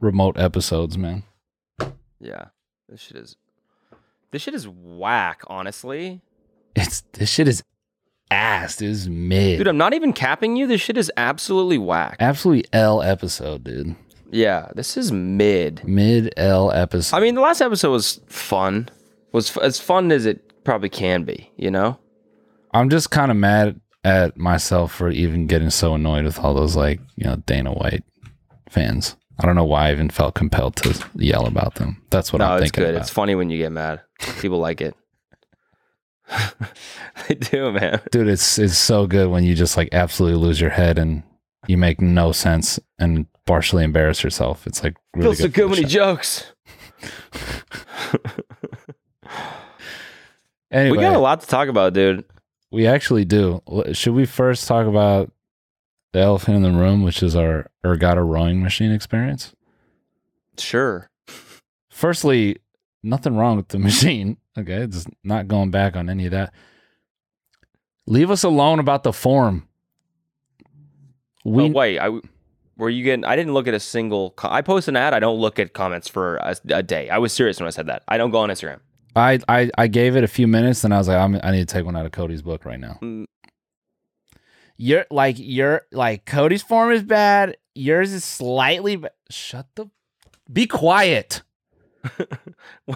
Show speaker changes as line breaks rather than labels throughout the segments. remote episodes, man.
Yeah. This shit is this shit is whack, honestly.
It's this shit is ass. Dude. This is mid.
Dude, I'm not even capping you. This shit is absolutely whack.
Absolutely L episode, dude.
Yeah, this is mid.
Mid L episode.
I mean, the last episode was fun. Was f- as fun as it probably can be, you know?
I'm just kind of mad at myself for even getting so annoyed with all those like you know Dana White fans. I don't know why I even felt compelled to yell about them. That's what
no,
I'm
it's
thinking
good.
about.
It's funny when you get mad. People like it. they do, man.
Dude, it's it's so good when you just like absolutely lose your head and you make no sense and partially embarrass yourself. It's like really
Feels so good
for the
when he
show.
jokes.
Anyway,
We got a lot to talk about, dude.
We actually do. L- Should we first talk about the elephant in the room, which is our Ergata rowing machine experience?
Sure.
Firstly, nothing wrong with the machine. Okay, it's not going back on any of that. Leave us alone about the form. We
oh, wait, I were you getting? I didn't look at a single. Co- I post an ad. I don't look at comments for a, a day. I was serious when I said that. I don't go on Instagram.
I, I I gave it a few minutes, and I was like, I'm, I need to take one out of Cody's book right now.
Mm.
You're like you're like Cody's form is bad. Yours is slightly. Ba- Shut the. Be quiet.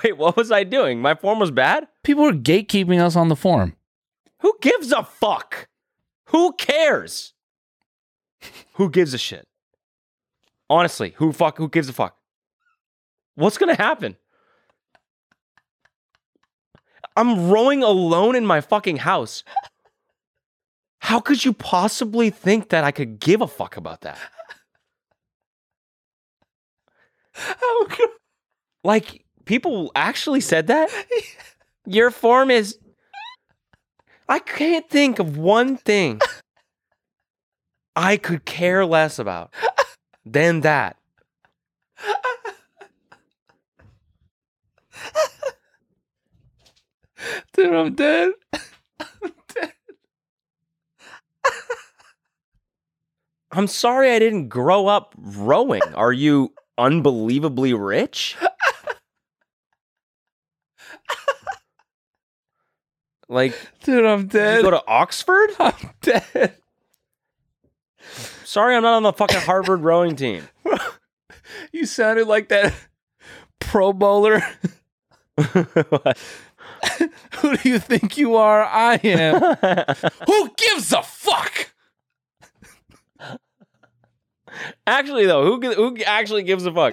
Wait, what was I doing? My form was bad.
People are gatekeeping us on the form.
Who gives a fuck? Who cares? Who gives a shit? Honestly, who fuck? Who gives a fuck? What's gonna happen? I'm rowing alone in my fucking house. How could you possibly think that I could give a fuck about that? Like, people actually said that? Your form is. I can't think of one thing I could care less about than that.
Dude, I'm dead.
I'm sorry I didn't grow up rowing. Are you unbelievably rich? Like,
Dude, I'm
you
dead.
go to Oxford?
I'm dead.
Sorry, I'm not on the fucking Harvard rowing team.
You sounded like that pro bowler. Who do you think you are? I am. Who gives a fuck?
actually, though, who gi- who actually gives a fuck?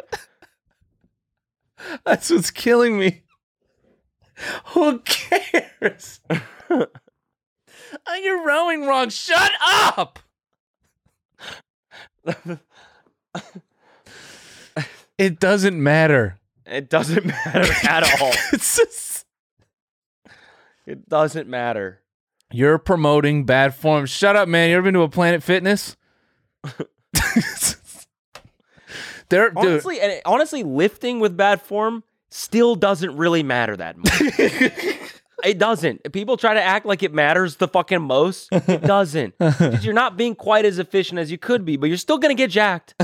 That's what's killing me. Who cares? oh, you're rowing wrong. Shut up. it doesn't matter.
It doesn't matter at all.
It's just,
It doesn't matter.
you're promoting bad form. Shut up, man. You ever been to a Planet Fitness? They're, dude,
Honestly, and it- honestly, lifting with bad form still doesn't really matter that much. it doesn't. People try to act like it matters the fucking most. It doesn't. 'Cause you're not being quite as efficient as you could be, but you're still gonna get jacked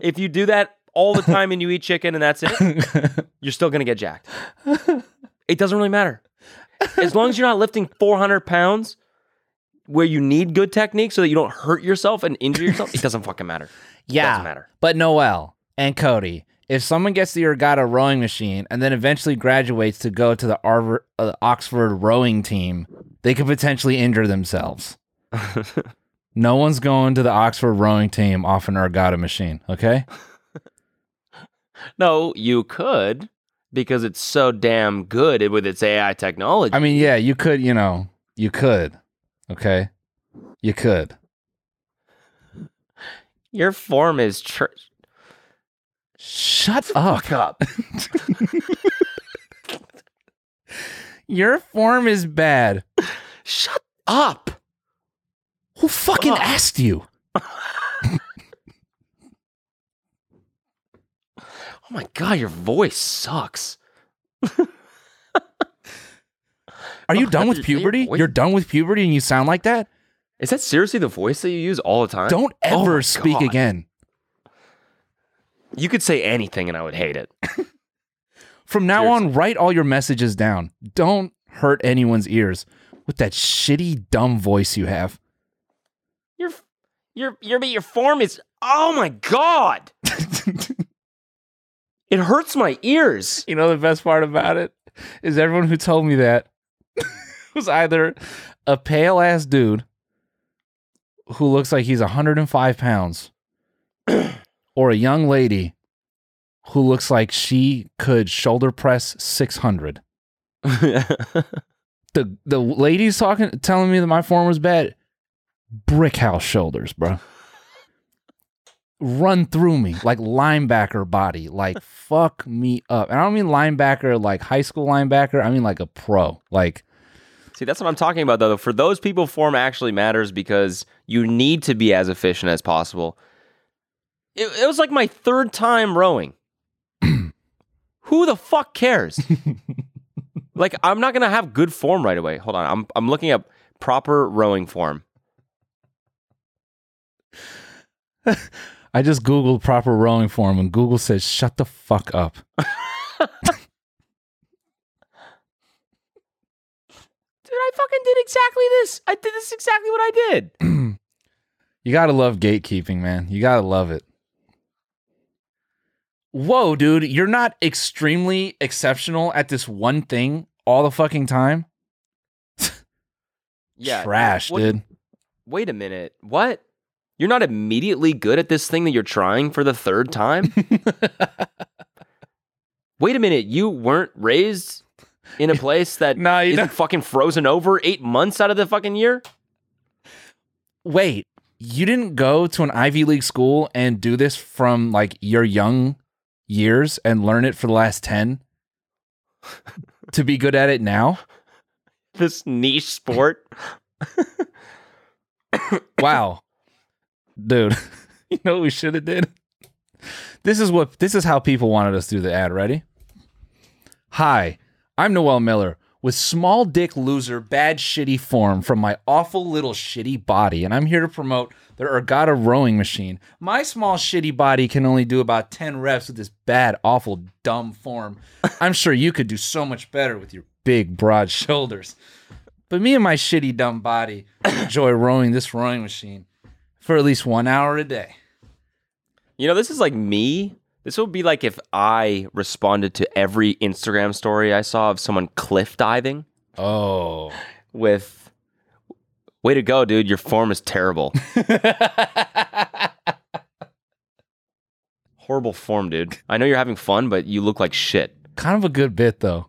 if you do that all the time and you eat chicken and that's it. You're still gonna get jacked. It doesn't really matter as long as you're not lifting 400 pounds. Where you need good technique so that you don't hurt yourself and injure yourself, it doesn't fucking matter.
yeah.
doesn't matter.
But Noel and Cody, if someone gets the Ergata rowing machine and then eventually graduates to go to the Arver, uh, Oxford rowing team, they could potentially injure themselves. no one's going to the Oxford rowing team off an Ergata machine, okay?
No, you could because it's so damn good with its AI technology.
I mean, yeah, you could, you know, you could, okay? You could.
Your form is tr-
Shut up.
up.
Your form is bad.
Shut up.
Who fucking
Fuck.
asked you?
Oh my god, your voice sucks.
Are you done with
Your- your
puberty?
voice-
You're done with puberty and you sound like that?
Is that seriously the voice that you use all the time?
Don't
Oh
ever
my
speak
God.
again.
You could say anything and I would hate it.
From now on, write all your messages down. Don't hurt anyone's ears with that shitty, dumb voice you have.
Your your your but your form is oh my god. It hurts my ears.
You know the best part about it is everyone who told me that was either a pale ass dude who looks like he's 105 pounds, or a young lady who looks like she could shoulder press 600. The the ladies talking telling me that my form was bad. Brick house shoulders, bro. Run through me like linebacker body, like fuck me up. And I don't mean linebacker like high school linebacker. I mean like a pro, like
See, that's what I'm talking about though. For those people, form actually matters because you need to be as efficient as possible. It, it was like my third time rowing. Who the fuck cares? like I'm not gonna have good form right away. Hold on, I'm I'm looking up proper rowing form.
I just googled proper rowing form, and Google says shut the fuck up.
Dude, I fucking did exactly this. I did this exactly what I did.
You gotta love gatekeeping, man. You gotta love it. Whoa, dude, you're not extremely exceptional at this one thing all the fucking time.
Yeah,
Trash,
what-
dude.
Wait a minute. What? You're not immediately good at this thing that you're trying for the third time? Wait a minute. You weren't raised in a place that
Nah, you
not
don't.
fucking frozen over eight months out of the fucking year?
Wait, you didn't go to an Ivy League school and do this from like your young years and learn it for the last 10 to be good at it now?
This niche sport?
Wow. Dude, you know what we should have did? This is what this is how people wanted us to do the ad, ready? Hi, I'm Noel Miller with small dick loser bad shitty form from my awful little shitty body and I'm here to promote the Ergata rowing machine. My small shitty body can only do about 10 reps with this bad awful dumb form. I'm sure you could do so much better with your big broad shoulders. But me and my shitty dumb body enjoy rowing this rowing machine for at least one hour a day.
You know, this is like me. This would be like if I responded to every Instagram story I saw of someone cliff diving
Oh.
with, way to go, dude. Your form is terrible. Horrible form, dude. I know you're having fun, but you look like shit.
kind of a good bit though.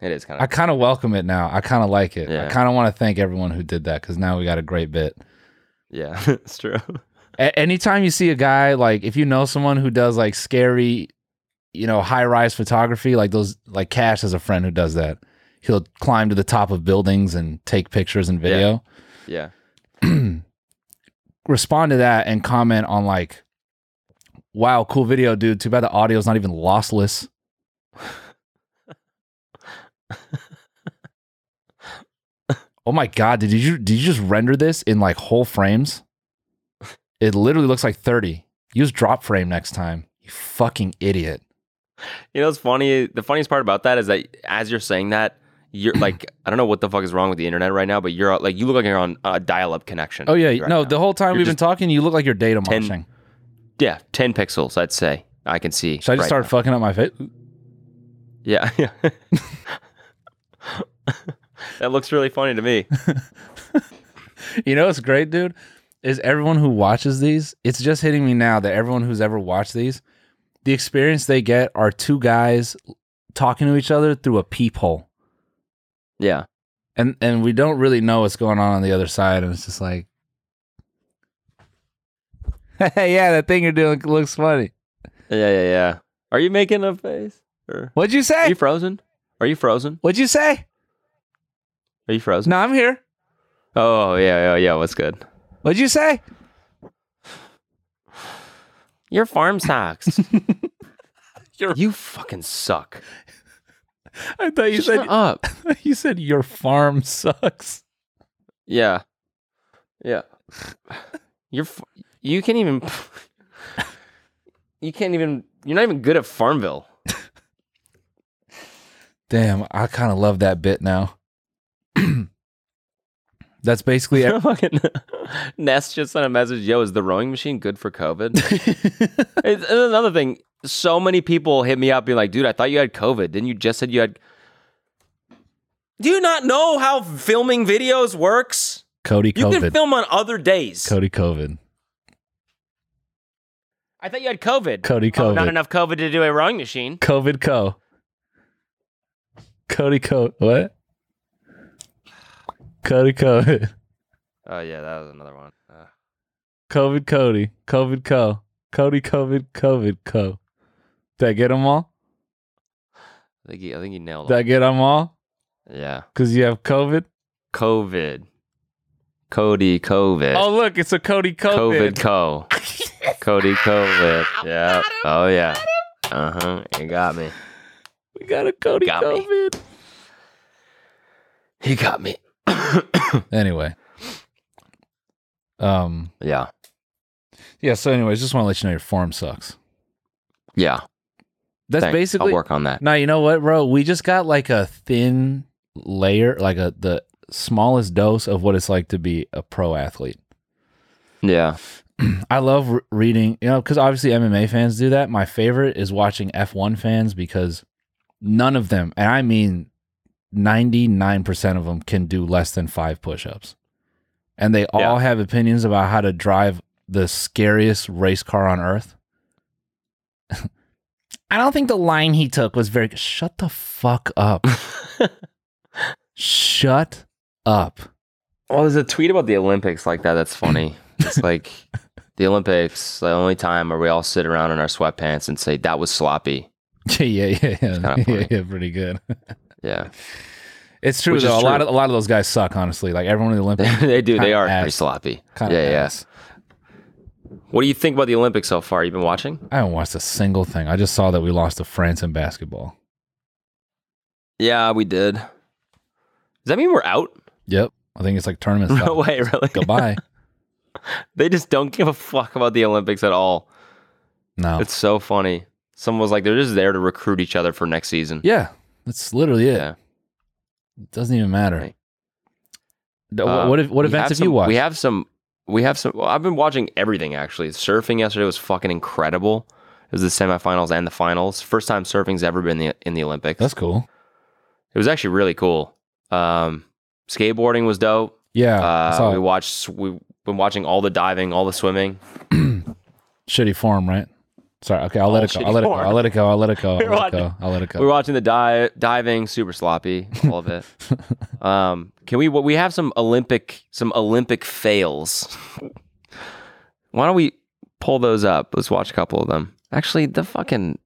It is kind
I
of.
kind of welcome it now. I kind of like it. I
Yeah.
kind of want to thank everyone who did that cuz now we got a great bit.
Yeah, it's true.
A- anytime you see a guy like if you know someone who does like scary you know high-rise photography like those like Cash has a friend who does that. He'll climb to the top of buildings and take pictures and video.
Yeah.
respond to that and comment on like, "Wow, cool video, dude. Too bad the audio's not even lossless." oh my god, did you did you just render this in like whole frames? It literally looks like 30. Use drop frame next time. You fucking idiot.
You know, it's funny. The funniest part about that is that as you're saying that, you're like, I don't know what the fuck is wrong with the internet right now, but you're uh, like, you look like you're on a dial-up connection.
Oh yeah,
right
no,
now.
the whole time
You're
we've been talking, you look like you're data
10
munching.
yeah, ten pixels, I'd say. I can see.
Should I just
right
start
now.
fucking up my face?
Yeah, yeah. that looks really funny to me.
You know what's great, dude? Is everyone who watches these, it's just hitting me now that everyone who's ever watched these, the experience they get are two guys talking to each other through a peephole.
Yeah.
And and we don't really know what's going on on the other side. And it's just like, hey, yeah, that thing you're doing looks funny.
Yeah, yeah, yeah. Are you making a face? Or
What'd you
are
say?
you frozen? Are you frozen?
What'd you say?
Are you frozen?
No, I'm here.
Oh yeah, yeah, yeah. What's good?
What'd you say?
Your farm sucks.
Your-
you fucking suck.
I thought you
Just shut up.
said you said your farm sucks.
Yeah. Yeah. You're f- you can't even you can't even. You're not even good at Farmville.
Damn, I kind of love that bit now. That's basically e-, it.
Fucking Nest just sent a message. Yo, is the rowing machine good for COVID? it's, and another thing. So many people hit me up being like, dude, I thought you had COVID. Didn't you just said you had? Do you not know how filming videos works?
Cody
You can
COVID.
film on other days.
Cody COVID.
I thought you had COVID.
Cody
Oh,
COVID.
not enough COVID to do a rowing machine.
COVID Co. Cody Co. What? Cody COVID.
Oh yeah, that was another one. Uh,
COVID Cody. COVID Co. Cody COVID COVID Co. Did I get them all?
I think he, I think he nailed
Did I
it.
get them all?
Yeah,
Because you have COVID?
COVID, Cody, COVID,
Oh, look, it's a Cody
COVID,
COVID.
Co, Cody, COVID. Yeah. Oh yeah. Uh huh. You got me.
We got a Cody
Got me.
COVID.
You got me.
Anyway. Um.
yeah.
Yeah, so, anyways, just want to let you know your form sucks.
Yeah.
That's
Thanks.
basically.
I'll work on that.
No, you know what, bro? We just got like a thin layer, like a the smallest dose of what it's like to be a pro athlete.
Yeah.
I love re- reading, you know, because obviously MMA fans do that. My favorite is watching F1 fans because none of them, and I mean 99% of them, can do less than five push ups. And they all
Yeah.
have opinions about how to drive the scariest race car on earth. I don't think the line he took was very. Shut the fuck up. Shut up.
Well, there's a tweet about the Olympics like that. That's funny. It's like the Olympics, the only time where we all sit around in our sweatpants and say that was sloppy.
Yeah, yeah, yeah, yeah.
kinda funny.
Yeah, yeah, pretty good.
Yeah,
It's true
Which is
though. A lot
true.
of a lot of those guys suck. Honestly, like everyone in the
they,
Olympics,
they do. They
Kinda
are pretty
ass.
sloppy.
kind of
yeah, yeah.
ass.
What do you think about the Olympics so far? You've been watching?
I haven't watched a single thing. I just saw that we lost to France in basketball.
Yeah, we did. Does that mean we're out?
Yep, I think it's like tournament
No
stuff.
way, really.
Goodbye.
They just don't give a fuck about the Olympics at all.
No.
It's so funny. Someone was like, they're just there to recruit each other for next season.
yeah, that's literally it.
Yeah.
It doesn't even matter.
Right.
The- wh-
Uh,
what if, what
We
events have,
some,
you watched?
We have some. We have some. Well, I've been watching everything actually. Surfing yesterday was fucking incredible. It was the semifinals and the finals. First time surfing's ever been in the, in the Olympics.
that's cool.
it was actually really cool. Um, skateboarding was dope.
Yeah, I
Uh,
saw
we
it.
watched. We've been watching all the diving, all the swimming.
shitty form, right? Sorry. Okay, I'll let
All
it go.
Oh, shitty
I'll let it go.
form.
I'll let it go. I'll let it go.
We're
I'll let it go.
watching-
I'll let it
We were
go.
watching the di- diving, super sloppy, all of it. um, can we? We have some Olympic, some Olympic fails. Why don't we pull those up? Let's watch a couple of them. Actually, the fucking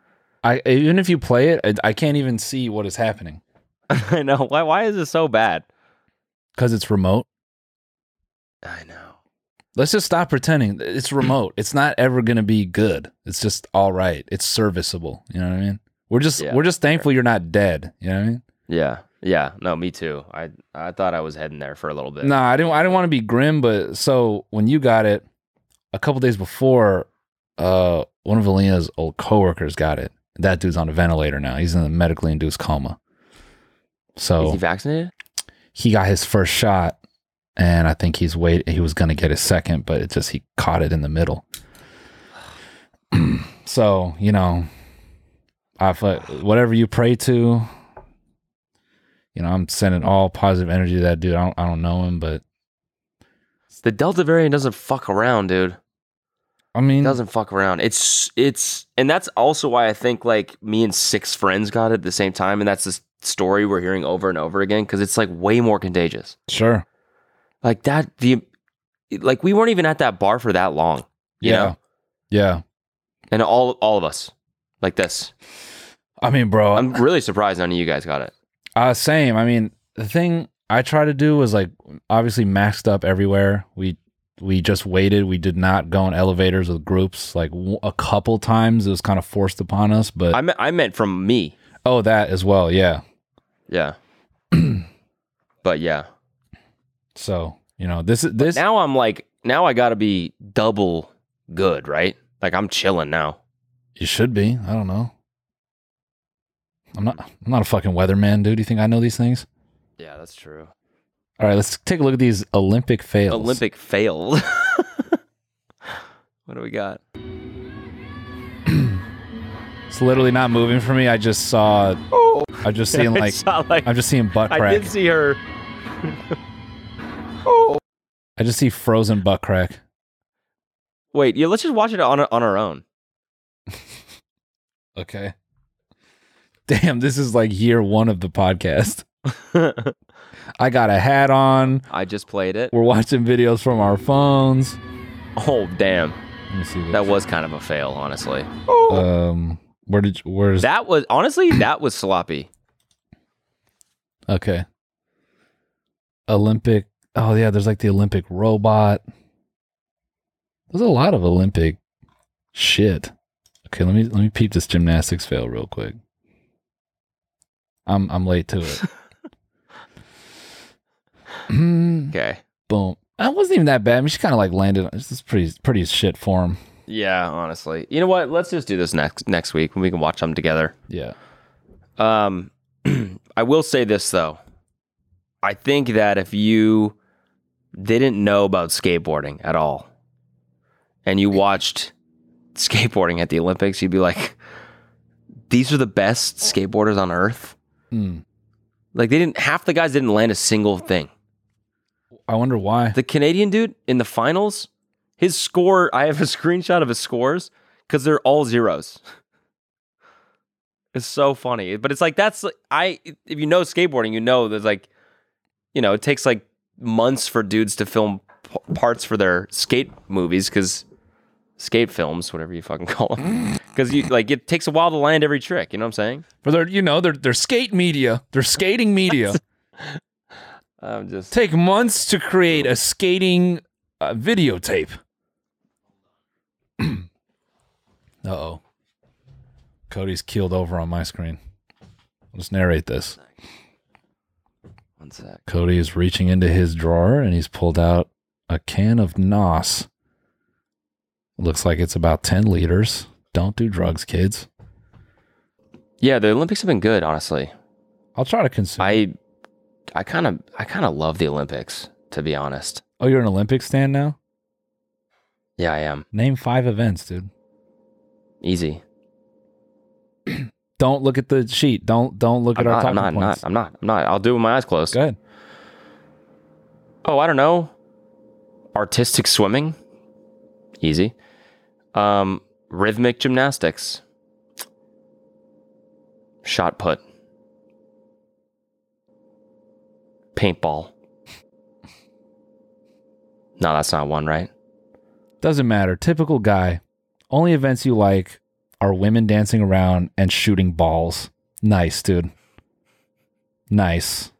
I even if you play it, I, I can't even see what is happening
I know. Why why is this so bad?
because it's remote.
I know.
Let's just stop pretending. It's remote. It's not ever gonna be good. It's just all right. It's serviceable. You know what I mean? We're just
Yeah,
we're just thankful you're not dead. You know what I mean?
Yeah. Yeah. No, me too. I I thought I was heading there for a little bit.
No, I didn't I didn't want to be grim, but so when you got it a couple days before, uh one of Alina's old coworkers got it. That dude's on a ventilator now. He's in a medically induced coma.
Is
So
he vaccinated?
he got his first shot and I think he's wait he was gonna get his second, but it just he caught it in the middle. so, you know, I fu- whatever you pray to, you know, I'm sending all positive energy to that dude. I don't I don't know him, but
The Delta variant doesn't fuck around, dude.
I mean
It doesn't fuck around. It's it's and that's also why I think like me and six friends got it at the same time, and that's this story we're hearing over and over again because it's like way more contagious.
sure.
Like that the like we weren't even at that bar for that long. You
yeah.
know?
Yeah.
And all all of us. Like this.
I mean, bro,
I'm really surprised none of you guys got it.
Uh, same. I mean, the thing I try to do was like obviously maxed up everywhere. We we just waited. We did not go in elevators with groups. Like w- a couple times, it was kind of forced upon us. But
I meant I meant from me.
oh, that as well. Yeah.
Yeah. but yeah.
So you know, this is this.
Now I'm like, now I gotta be double good, right? Like I'm chilling now.
You should be. I don't know. I'm not. I'm not a fucking weatherman, dude. You think I know these things?
Yeah, that's true.
All right, let's take a look at these Olympic fails.
Olympic failed. what do we got?
It's literally not moving for me. I just saw.
Oh,
I'm just seeing like. I'm just seeing butt
I
crack.
did see her. oh.
I just see frozen butt crack.
Wait, yeah, let's just watch it on on our own.
Okay. Damn, this is like year one of the podcast. I got a hat on.
I just played it.
We're watching videos from our phones.
Oh, damn.
Let me see. This.
That was kind of a fail, honestly.
Um, where did you- where's
That was honestly that was sloppy.
okay? Olympic. Oh yeah, there's like the Olympic robot. There's a lot of Olympic shit. Okay, let me let me peep this gymnastics fail real quick. I'm I'm late to it. Mm,
Okay.
Boom. That wasn't even that bad. I mean, she kind of like landed. on- This is pretty pretty shit form.
Yeah, honestly. You know what? Let's just do this next next week when we can watch them together.
Yeah.
Um, I will say this though. I think that if you didn't know about skateboarding at all, and you watched skateboarding at the Olympics, you'd be like, "These are the best skateboarders on earth."
Mm.
Like they didn't half the guys didn't land a single thing.
I wonder why.
The Canadian dude in the finals, his score, I have a screenshot of his scores because they're all zeros. It's so funny. But it's like, that's, I, if you know skateboarding, you know there's like, you know, it takes like months for dudes to film p- parts for their skate movies because skate films, whatever you fucking call them. Because you like, it takes a while to land every trick. You know what I'm saying?
For their, you know, their their skate media, their skating media
I'm just,
take months to create a skating uh, videotape. uh oh, Cody's keeled over on my screen. Let's narrate this.
one sec.
Cody is reaching into his drawer and he's pulled out a can of NOS. Looks like it's about ten liters. Don't do drugs, kids.
Yeah, the Olympics have been good, honestly.
I'll try to consume.
I I kind of I kind of love the Olympics to be honest.
oh, you're an Olympic stand now.
Yeah, I am.
Name five events, dude.
Easy.
Don't look at the sheet. Don't don't look
I'm
at our
not,
talking
I'm not, I'm not.
points.
I'm not. I'm not. I'll do it with my eyes closed.
Go ahead.
Oh, I don't know. Artistic swimming. Easy. Um, rhythmic gymnastics. Shot put. Paintball. No, that's not one, right?
Doesn't matter. Typical guy. Only events you like are women dancing around and shooting balls. Nice, dude. Nice.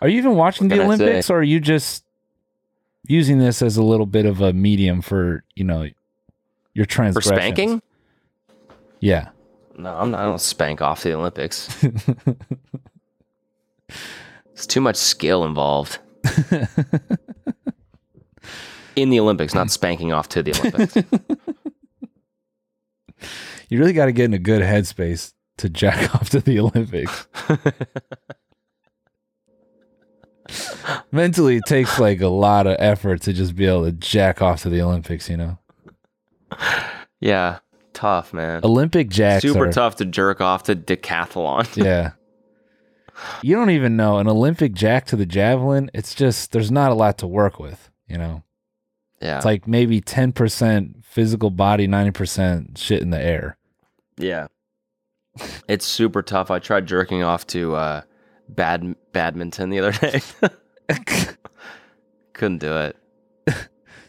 Are you even watching the
What can I say?
Olympics or are you just using this as a little bit of a medium for, you know, your
For
transgressions?
spanking?
Yeah.
No, I'm not, I don't spank off the Olympics. it's too much skill involved. In the Olympics, not spanking off to the Olympics.
You really got to get in a good headspace to jack off to the Olympics. Mentally, it takes like a lot of effort to just be able to jack off to the Olympics, you know?
yeah, tough, man.
Olympic jacks
Super
are,
tough to jerk off to decathlon.
Yeah. You don't even know an Olympic jack to the javelin. It's just there's not a lot to work with, you know.
Yeah.
It's like maybe 10% physical body, 90% shit in the air.
yeah. It's super tough. I tried jerking off to uh, bad badminton the other day. Couldn't do it.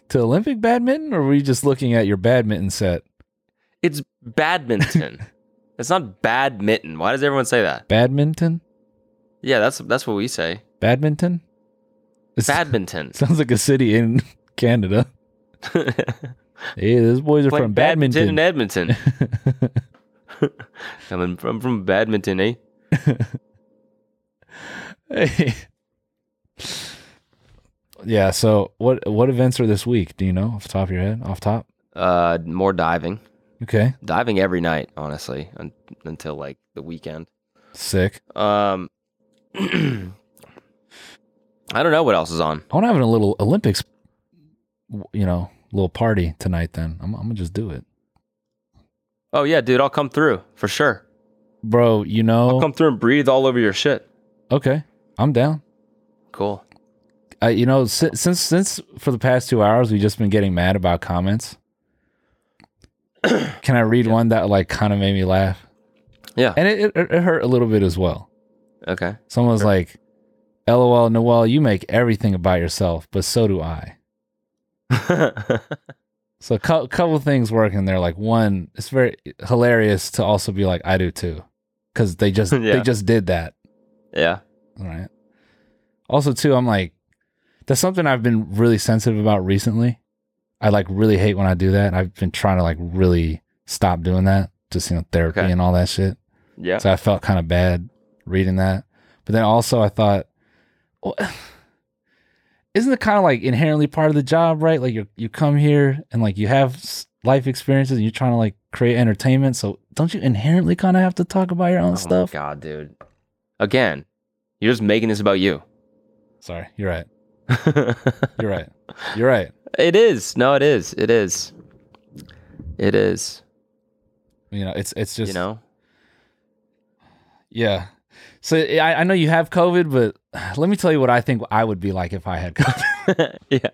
to Olympic badminton or were you just looking at your badminton set?
It's badminton. it's not badminton. Why does everyone say that?
Badminton?
Yeah, that's that's what we say.
Badminton? It's-
Badminton.
Sounds like a city in Canada. Hey, those boys are
Playing
from
badminton in
badminton.
Edmonton. Coming from from badminton, eh?
Hey. Yeah, so what what events are this week? Do you know off the top of your head? Off top?
Uh, more diving.
Okay.
Diving every night, honestly, un- until like the weekend.
Sick.
Um, I don't know what else is on.
I want to have a little Olympics, w- you know, little party tonight. Then I'm, I'm gonna just do it,
Oh yeah, dude, I'll come through for sure.
bro. You know.
I'll come through and breathe all over your shit.
okay. I'm down.
Cool.
I, you know, si- since since for the past two hours we've just been getting mad about comments. Can I read one that like kind of made me laugh?
Yeah.
And it, it, it hurt a little bit as well.
Okay.
Someone was like, "LOL, Noel, you make everything about yourself, but so do I." So a cou- couple things working there. Like one, it's very hilarious to also be like, "I do too," because they just
Yeah.
they just did that.
yeah.
All right. Also, too, I'm like, that's something I've been really sensitive about recently. I like really hate when I do that. I've been trying to like really stop doing that, just, you know, therapy
Okay.
and all that shit.
Yeah.
So I felt kind of bad reading that. But then also, I thought, well, isn't it kind of like inherently part of the job, right? Like you you come here and like you have s- life experiences and you're trying to like create entertainment. So don't you inherently kind of have to talk about your own
oh
stuff?
my god, dude. Again, you're just making this about you.
Sorry, you're right. You're right. You're right.
It is. No, it is. It is. It is.
you know it's it's just
you know.
yeah so I, I know you have covid but let me tell you what i think i would be like if i had covid
yeah.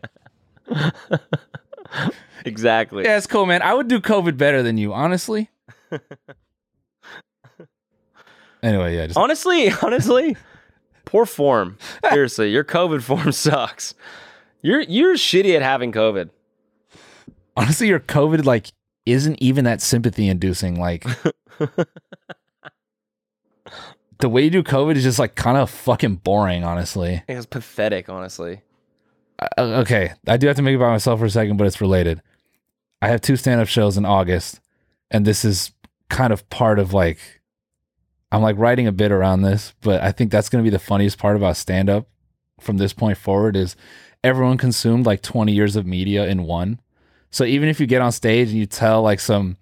exactly.
yeah it's cool man i would do covid better than you honestly anyway yeah just
Honestly, honestly, poor form. Seriously, your COVID form sucks. You're you're shitty at having COVID.
honestly your covid like isn't even that sympathy inducing like the way you do covid is just like kind of fucking boring honestly
It's pathetic, honestly.
Uh, okay, I do have to make it by myself for a second, but it's related. I have two stand up shows in August, and this is kind of part of like, I'm like writing a bit around this, but I think that's going to be the funniest part about stand up from this point forward is everyone consumed like 20 years of media in one. So even if you get on stage and you tell like some,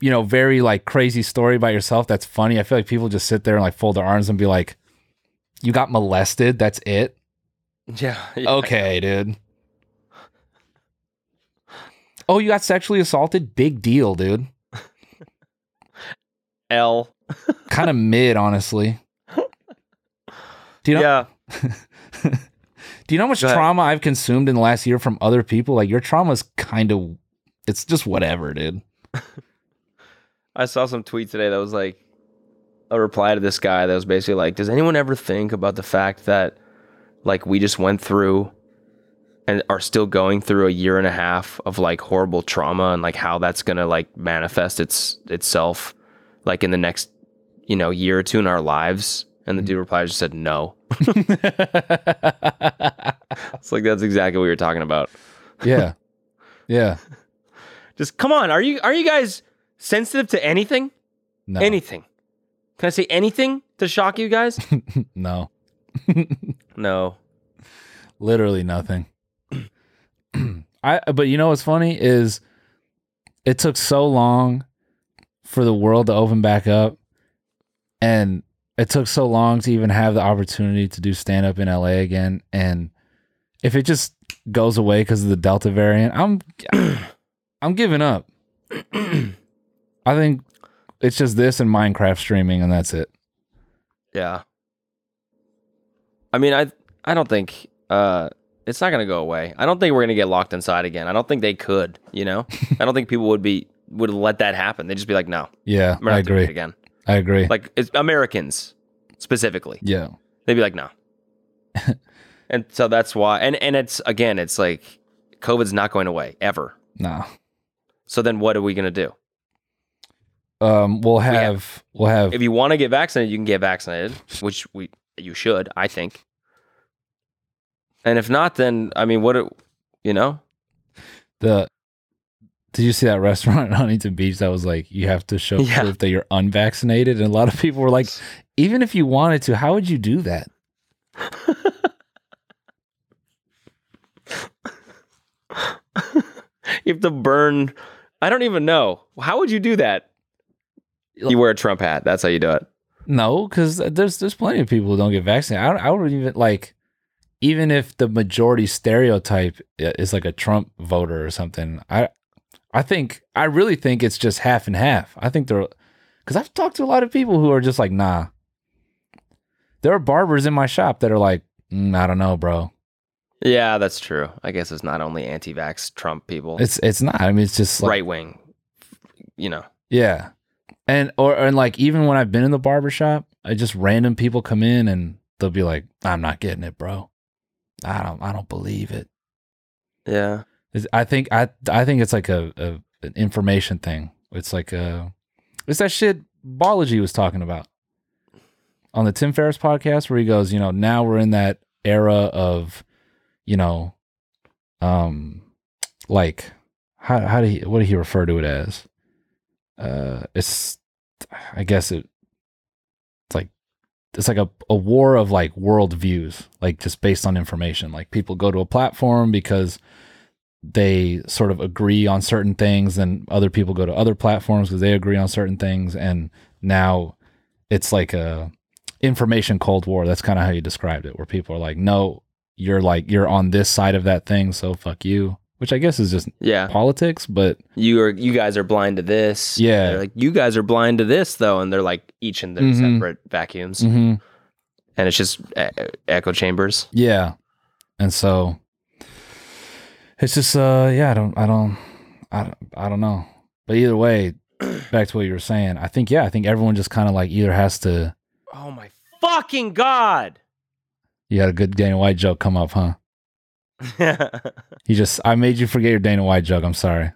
you know, very like crazy story about yourself that's funny, I feel like people just sit there and like fold their arms and be like, you got molested. That's it
Yeah. yeah.
okay, dude. Oh, you got sexually assaulted? Big deal, dude.
L.
Kind of mid, honestly. Do you know?
Yeah.
Do you know how much
Go ahead.
trauma I've consumed in the last year from other people? Like your trauma's kind of, it's just whatever, dude.
I saw some tweet today that was like a reply to this guy that was basically like, "Does anyone ever think about the fact that like we just went through and are still going through a year and a half of like horrible trauma and like how that's gonna like manifest its itself like in the next you know year or two in our lives?" And the dude replied, just said, "No." It's like that's exactly what you're talking about.
yeah, yeah.
Just come on, are you are you guys sensitive to anything?
No,
Anything? Can I say anything to shock you guys?
no,
no.
literally nothing. I. But you know what's funny is, it took so long for the world to open back up and it took so long to even have the opportunity to do stand up in LA again and if it just goes away cuz of the delta variant I'm I'm giving up I think it's just this and Minecraft streaming and that's it
Yeah. I mean, I I don't think uh it's not gonna go away. I don't think we're gonna get locked inside again. I don't think they could, you know? I don't think people would be would let that happen. They'd just be like, no,
yeah
we're
I
not doing it
agree
again.
I agree
Like it's Americans specifically.
yeah
They'd be like, no. and so that's why and, and it's again, it's like COVID's not going away ever.
nah
So then what are we gonna do?
um we'll
have-
have we'll have
If you wanna get vaccinated, you can get vaccinated, which we you should, I think. And if not, then I mean what do- you know?
the did you see that restaurant in Huntington Beach that was like you have to show
Yeah.
proof that you're unvaccinated and a lot of people were like even if you wanted to how would you do that
You have to burn I don't even know. How would you do that? You wear a Trump hat. That's how you do it.
No, because there's there's plenty of people who don't get vaccinated. I, don't- I would even like, even if the majority stereotype i- is like a Trump voter or something. I, I think I really think it's just half and half. I think they're, because I've talked to a lot of people who are just like, nah. There are barbers in my shop that are like, mm, I don't know, bro.
Yeah, that's true. I guess it's not only anti-vax Trump people,
It's it's not. I mean, it's just like,
right wing. You know.
Yeah. And or and like even when I've been in the barber shop, I just random people come in and they'll be like, "I'm not getting it, bro. I don't I don't believe it."
Yeah.
It's- I think I I think it's like a, a an information thing. It's like a it's that shit Bology was talking about on the Tim Ferriss podcast where he goes, you know, now we're in that era of, you know, um, like how how did he what did he refer to it as? Uh, it's I guess it it's like it's like a, a war of like worldviews, like just based on information. Like people go to a platform because they sort of agree on certain things and other people go to other platforms because they agree on certain things and now it's like a information cold war that's kind of how you described it where people are like no you're like you're on this side of that thing so fuck you which i guess is just
Yeah.
politics but
You are you guys are blind to this.
Yeah.
They're like you guys are blind to this though and they're like each in their
Mhm.
separate vacuums
mhm.
and it's just e- echo chambers.
Yeah. And so it's just uh yeah, I don't I don't I don't, I don't know. But either way, back to what you were saying, I think yeah, I think everyone just kind of like either has to
Oh my fucking god.
you had a good Dana White joke come up, huh? You just I made you forget your Dana White joke. I'm sorry.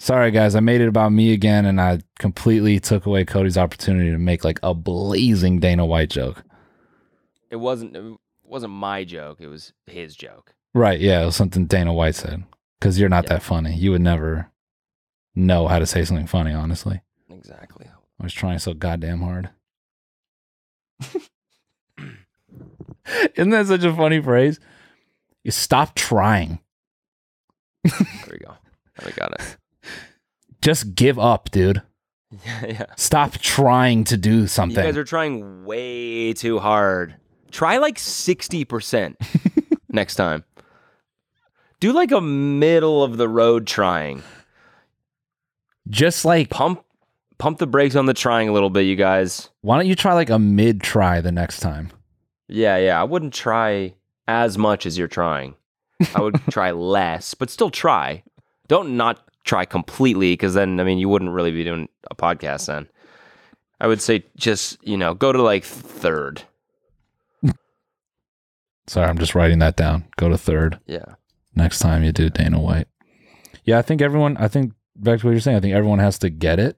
Sorry guys, I made it about me again and I completely took away Cody's opportunity to make like a blazing Dana White joke.
it wasn't it wasn't my joke, it was his joke.
Right, yeah, it was something Dana White said. Cuz you're not
Yeah.
that funny. You would never know how to say something funny, honestly.
Exactly.
I was trying so goddamn hard. Isn't that such a funny phrase? You stop trying.
There we go. I got it.
Just give up, dude.
Yeah, yeah.
Stop trying to do
You
something.
guys are trying way too hard. Try like 60% next time. Do like a middle of the road trying.
Just like,
Pump pump the brakes on the trying a little bit, you guys.
why don't you try like a mid try the next time?
Yeah, yeah. I wouldn't try as much as you're trying. I would try less, but still try. Don't not try completely because then, I mean, you wouldn't really be doing a podcast then. I would say just, you know, go to like third.
Sorry, I'm just writing that down. Go to third
Yeah.
next time you do Dana White. Yeah, I think everyone, I think back to what you're saying, I think everyone has to get it.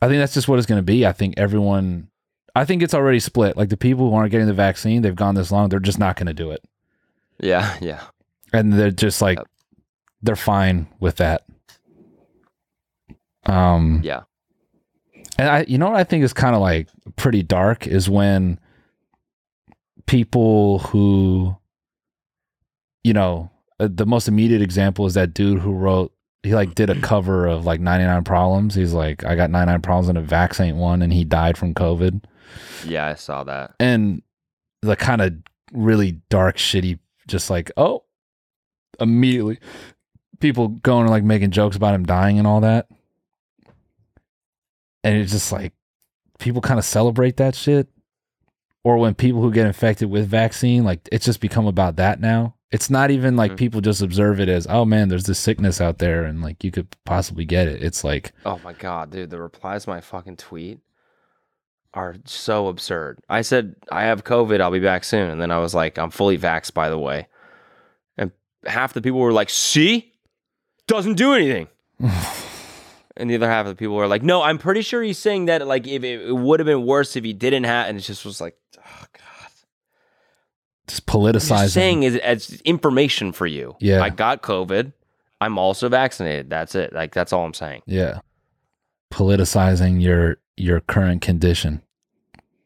I think that's just what it's going to be. I think everyone, I think it's already split. Like the people who aren't getting the vaccine, they've gone this long, they're just not going to do it.
Yeah, yeah.
And they're just like,
Yep.
they're fine with that. Um,
Yeah.
and I, you know what I think is kind of like pretty dark is when people who, you know, uh, the most immediate example is that dude who wrote, he like did a cover of like 99 Problems. He's like, I got 99 problems and a vax ain't one, and he died from COVID.
Yeah, I saw that.
And the kind of really dark, shitty, just like, oh, immediately people going and like making jokes about him dying and all that. And it's just like people kind of celebrate that shit. Or when people who get infected with vaccine, like it's just become about that now. It's not even like
Mhm.
people just observe it as, oh man, there's this sickness out there and like you could possibly get it. It's like,
Oh my god, dude, the replies to my fucking tweet are so absurd. I said I have COVID, I'll be back soon, and then I was like, I'm fully vaxxed, by the way. And half the people were like, "See, doesn't do anything," and the other half of the people were like, "No, I'm pretty sure he's saying that like if it, it would have been worse if he didn't have," and it just was like, "Oh god."
just
I'm just
politicizing.
saying is as information for you.
Yeah.
I got COVID. I'm also vaccinated. That's it. Like that's all I'm saying.
Yeah. Politicizing your your current condition.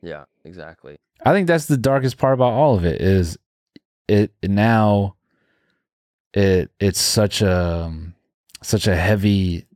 Yeah, exactly.
I think that's the darkest part about all of it is it now it it's such a um, such a heavy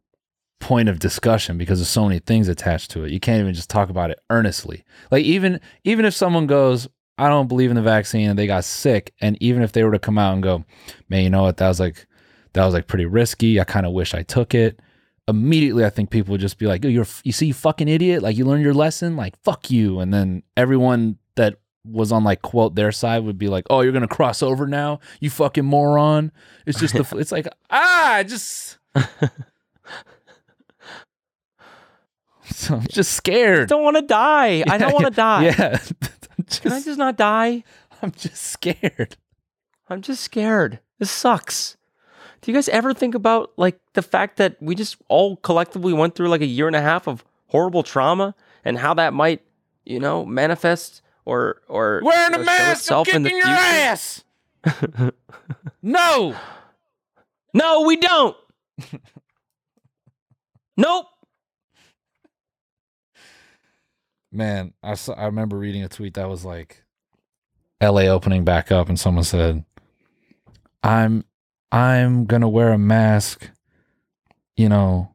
point of discussion because there's so many things attached to it. You can't even just talk about it earnestly. Like even even if someone goes, I don't believe in the vaccine and they got sick, and even if they were to come out and go, Man, you know what, that was like that was like pretty risky. I kind of wish I took it. Immediately I think people would just be like, oh, you're you see you fucking idiot, like you learned your lesson, like fuck you. And then everyone that was on like quote their side would be like, "Oh, you're gonna cross over now, you fucking moron." It's just the it's like ah, I just so I'm just
I
scared.
don't want to die. I don't want to die.
Yeah, I'm
Can I
just,
just not die?
I'm just scared.
I'm just scared. This sucks. Do you guys ever think about like the fact that we just all collectively went through like a year and a half of horrible trauma and how that might, you know, manifest or or
Wearing
you
a
know, show
mask, I'm
itself
kicking
in the
your
future?
ass. no,
No, we don't. nope.
man. I saw, I remember reading a tweet that was like, L.A. opening back up, and someone said, "I'm I'm gonna wear a mask, you know,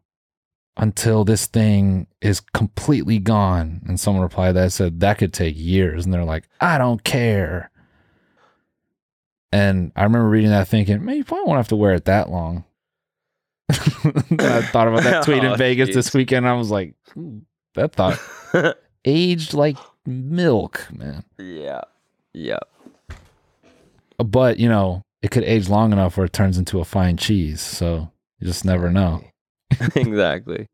until this thing is completely gone." And someone replied that said that could take years, and they're like, "I don't care." And I remember reading that thinking, man, you probably won't have to wear it that long. And I thought about that tweet
Oh,
in Vegas
jeez.
this weekend. I was like, "Ooh, that thought aged like milk, man.
yeah. Yeah.
But, you know, it could age long enough where it turns into a fine cheese. So you just never know.
exactly.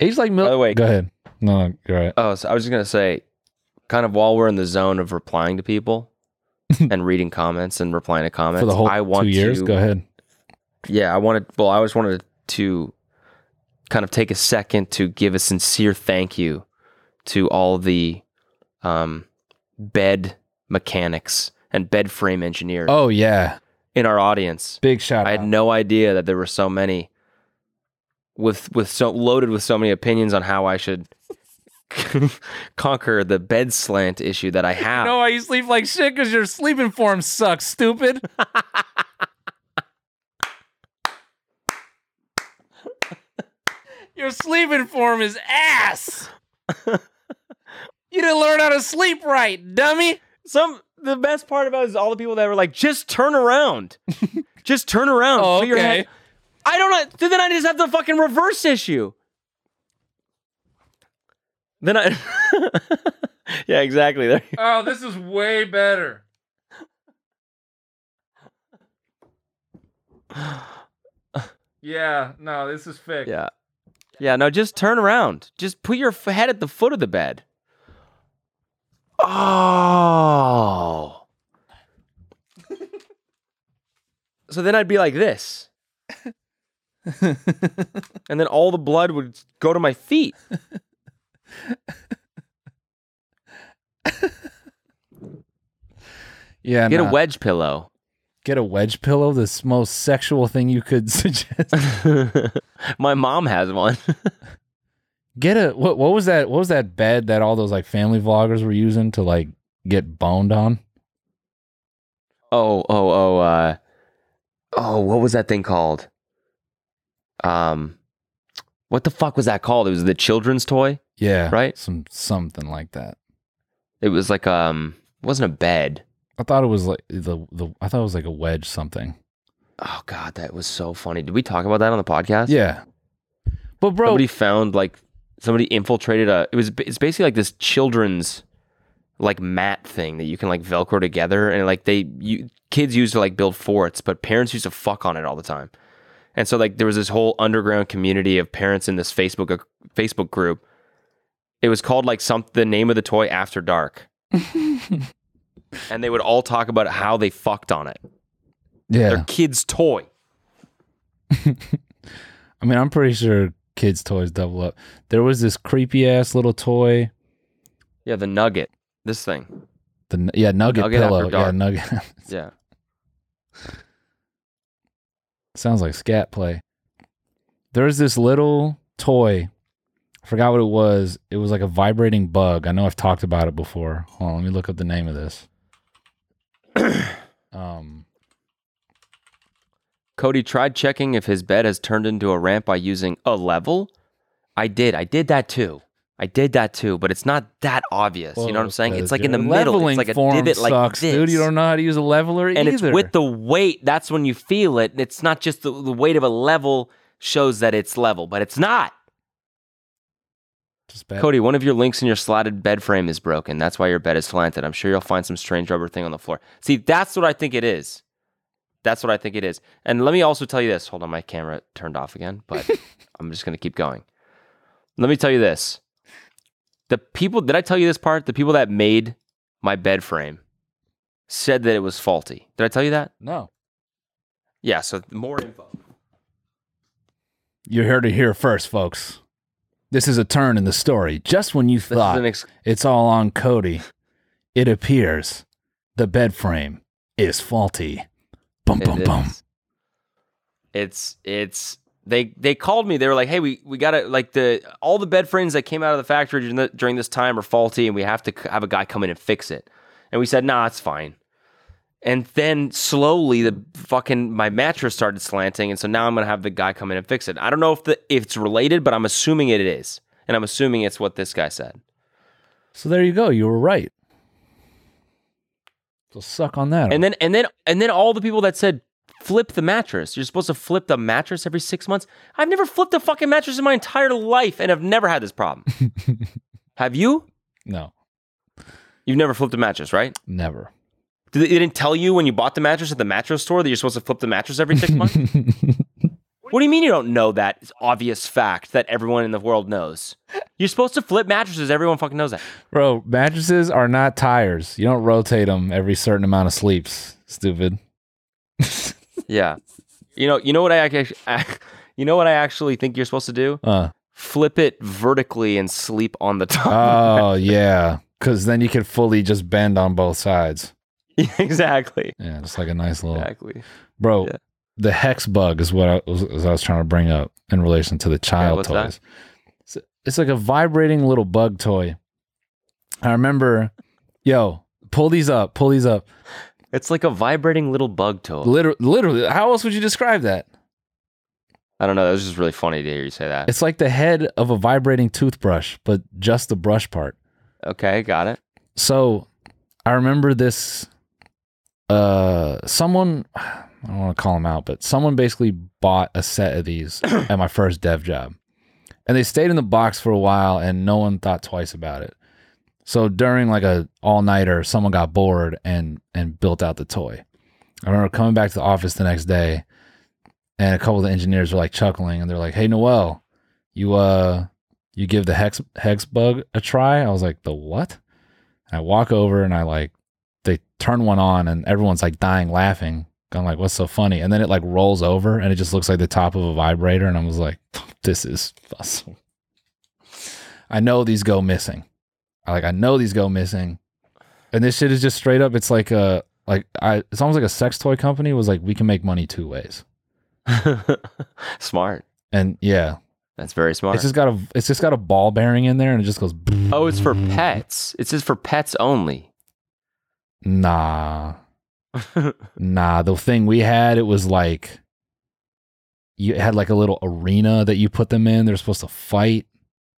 Age like milk.
By the way-
go ahead. No, no, you're right.
Oh, so I was just gonna say, kind of while we're in the zone of replying to people and reading comments and replying to comments,
For the whole
I want
two years,
to,
go ahead.
yeah, I wanted. Well, I always wanted to kind of take a second to give a sincere thank you to all the um, bed mechanics and bed frame engineers
Oh, yeah.
in our audience.
Big shout
I
out.
had no idea that there were so many with with so loaded with so many opinions on how I should conquer the bed slant issue that I have.
why you sleep like shit because your sleeping form sucks, stupid. your sleeping form is ass. you didn't learn how to sleep right, dummy.
Some the best part about it is all the people that were like, just turn around. just turn around.
Oh,
Put your
okay.
head-" I don't know. So then I just have the fucking reverse issue. Then I Yeah, exactly. There you
Oh, this is way better. Yeah, no, this is fixed.
Yeah. Yeah, no, just turn around. Just put your f- head at the foot of the bed. Oh. so then I'd be like this. and then all the blood would go to my feet.
Yeah,
Get
nah.
a wedge pillow.
get a wedge pillow, this most sexual thing you could suggest.
my mom has one.
Get a what what was that what was that bed that all those like family vloggers were using to like get boned on?
Oh, oh, oh, uh, oh, what was that thing called? Um, what the fuck was that called? It was the children's toy.
Yeah.
Right.
Some something like that.
It was like, um, it wasn't a bed.
I thought it was like the the I thought it was like a wedge something.
Oh God, that was so funny. Did we talk about that on the podcast?
Yeah. But bro,
Somebody found like somebody infiltrated a. It was. ba- It's basically like this children's like mat thing that you can like velcro together and like they you kids used to like build forts but parents used to fuck on it all the time and so like there was this whole underground community of parents in this facebook uh, facebook group it was called like some the name of the toy after dark and they would all talk about how they fucked on it their
yeah.
kids toy
I mean, I'm pretty sure kids toys double up. There was this creepy ass little toy
yeah the nugget this thing
the n- yeah nugget,
Nugget
pillow
after
yeah
dark.
nugget
yeah
sounds like scat play there's this little toy i forgot what it was it was like a vibrating bug i know i've talked about it before hold on let me look up the name of this Um,
Cody tried checking if his bed has turned into a ramp by using a level. I did. I did that too. I did that too, but it's not that obvious. you know what I'm saying? It's like in the middle. It's
Leveling
like a
form
divot like
sucks,
this.
dude. You don't know how to use a leveler
and
either.
it's with the weight. That's when you feel it. And it's not just the, the weight of a level shows that it's level, but it's not.
Just bad.
Cody, one of your links in your slatted bed frame is broken. That's why your bed is slanted. I'm sure you'll find some strange rubber thing on the floor. See, that's what I think it is. That's what I think it is. And let me also tell you this. Hold on, my camera turned off again, but I'm just going to keep going. Let me tell you this. The people, did I tell you this part? The people that made my bed frame said that it was faulty. Did I tell you that?
no,
Yeah, so more info.
you're here to hear first, folks. This is a turn in the story. Just when you
This
thought
is an ex-
It's all on Cody. It appears the bed frame is faulty. Bum
It
bum bum.
is. It's it's they they called me. They were like, "Hey, we we got to like the all the bed frames that came out of the factory during, the, during this time are faulty, and we have to c- have a guy come in and fix it." And we said, "Nah, it's fine." And then slowly the fucking my mattress started slanting, and so now I'm gonna have the guy come in and fix it. I don't know if the if it's related, but I'm assuming it is, and I'm assuming it's what this guy said.
So there you go. You were right. So suck on that.
And then and then and then all the people that said flip the mattress. You're supposed to flip the mattress every six months. I've never flipped a fucking mattress in my entire life and I've never had this problem. Have you?
no,
You've never flipped a mattress, right?
never.
Did they, they didn't tell you when you bought the mattress at the mattress store that you're supposed to flip the mattress every six months? what do you mean you don't know that? It's obvious fact that everyone in the world knows. You're supposed to flip mattresses. Everyone fucking knows that.
Bro, mattresses are not tires. You don't rotate them every certain amount of sleeps. Stupid.
Yeah. You know. You know what I actually. You know what I actually think you're supposed to do?
Uh,
flip it vertically and sleep on the top.
oh, yeah. Because then you can fully just bend on both sides.
exactly.
Yeah, just like a nice little.
Exactly.
bro
Yeah.
the hex bug is what I was, is I was trying to bring up in relation to the child
what's that?
toys it's, it's like a vibrating little bug toy i remember yo pull these up pull these up
It's like a vibrating little bug toy.
literally, literally how else would you describe that
I don't know. That was just really funny to hear you say that.
it's like the head of a vibrating toothbrush but just the brush part
Okay, got it.
so I remember this uh someone I don't want to call him out, but someone basically bought a set of these at my first dev job. And they stayed in the box for a while and no one thought twice about it. So during like a all-nighter, someone got bored and and built out the toy. I remember coming back to the office the next day and a couple of the engineers were like chuckling and they're like, "Hey Noel, you uh you give the hex hex bug a try?" I was like, "The what?" I walk over and I like, they turn one on and everyone's like dying laughing. I'm like, what's so funny? And then it like rolls over and it just looks like the top of a vibrator. And I was like, this is awesome. I know these go missing. I like, I know these go missing. And this shit is just straight up. It's like a, like, I, it's almost like a sex toy company was like, we can make money two ways.
smart.
And yeah,
That's very smart.
it's just got a, it's just got a ball bearing in there and it just goes,
oh, it's for pets. It says for pets only.
Nah. Nah, the thing we had, it was like you it had like a little arena that you put them in. They're supposed to fight.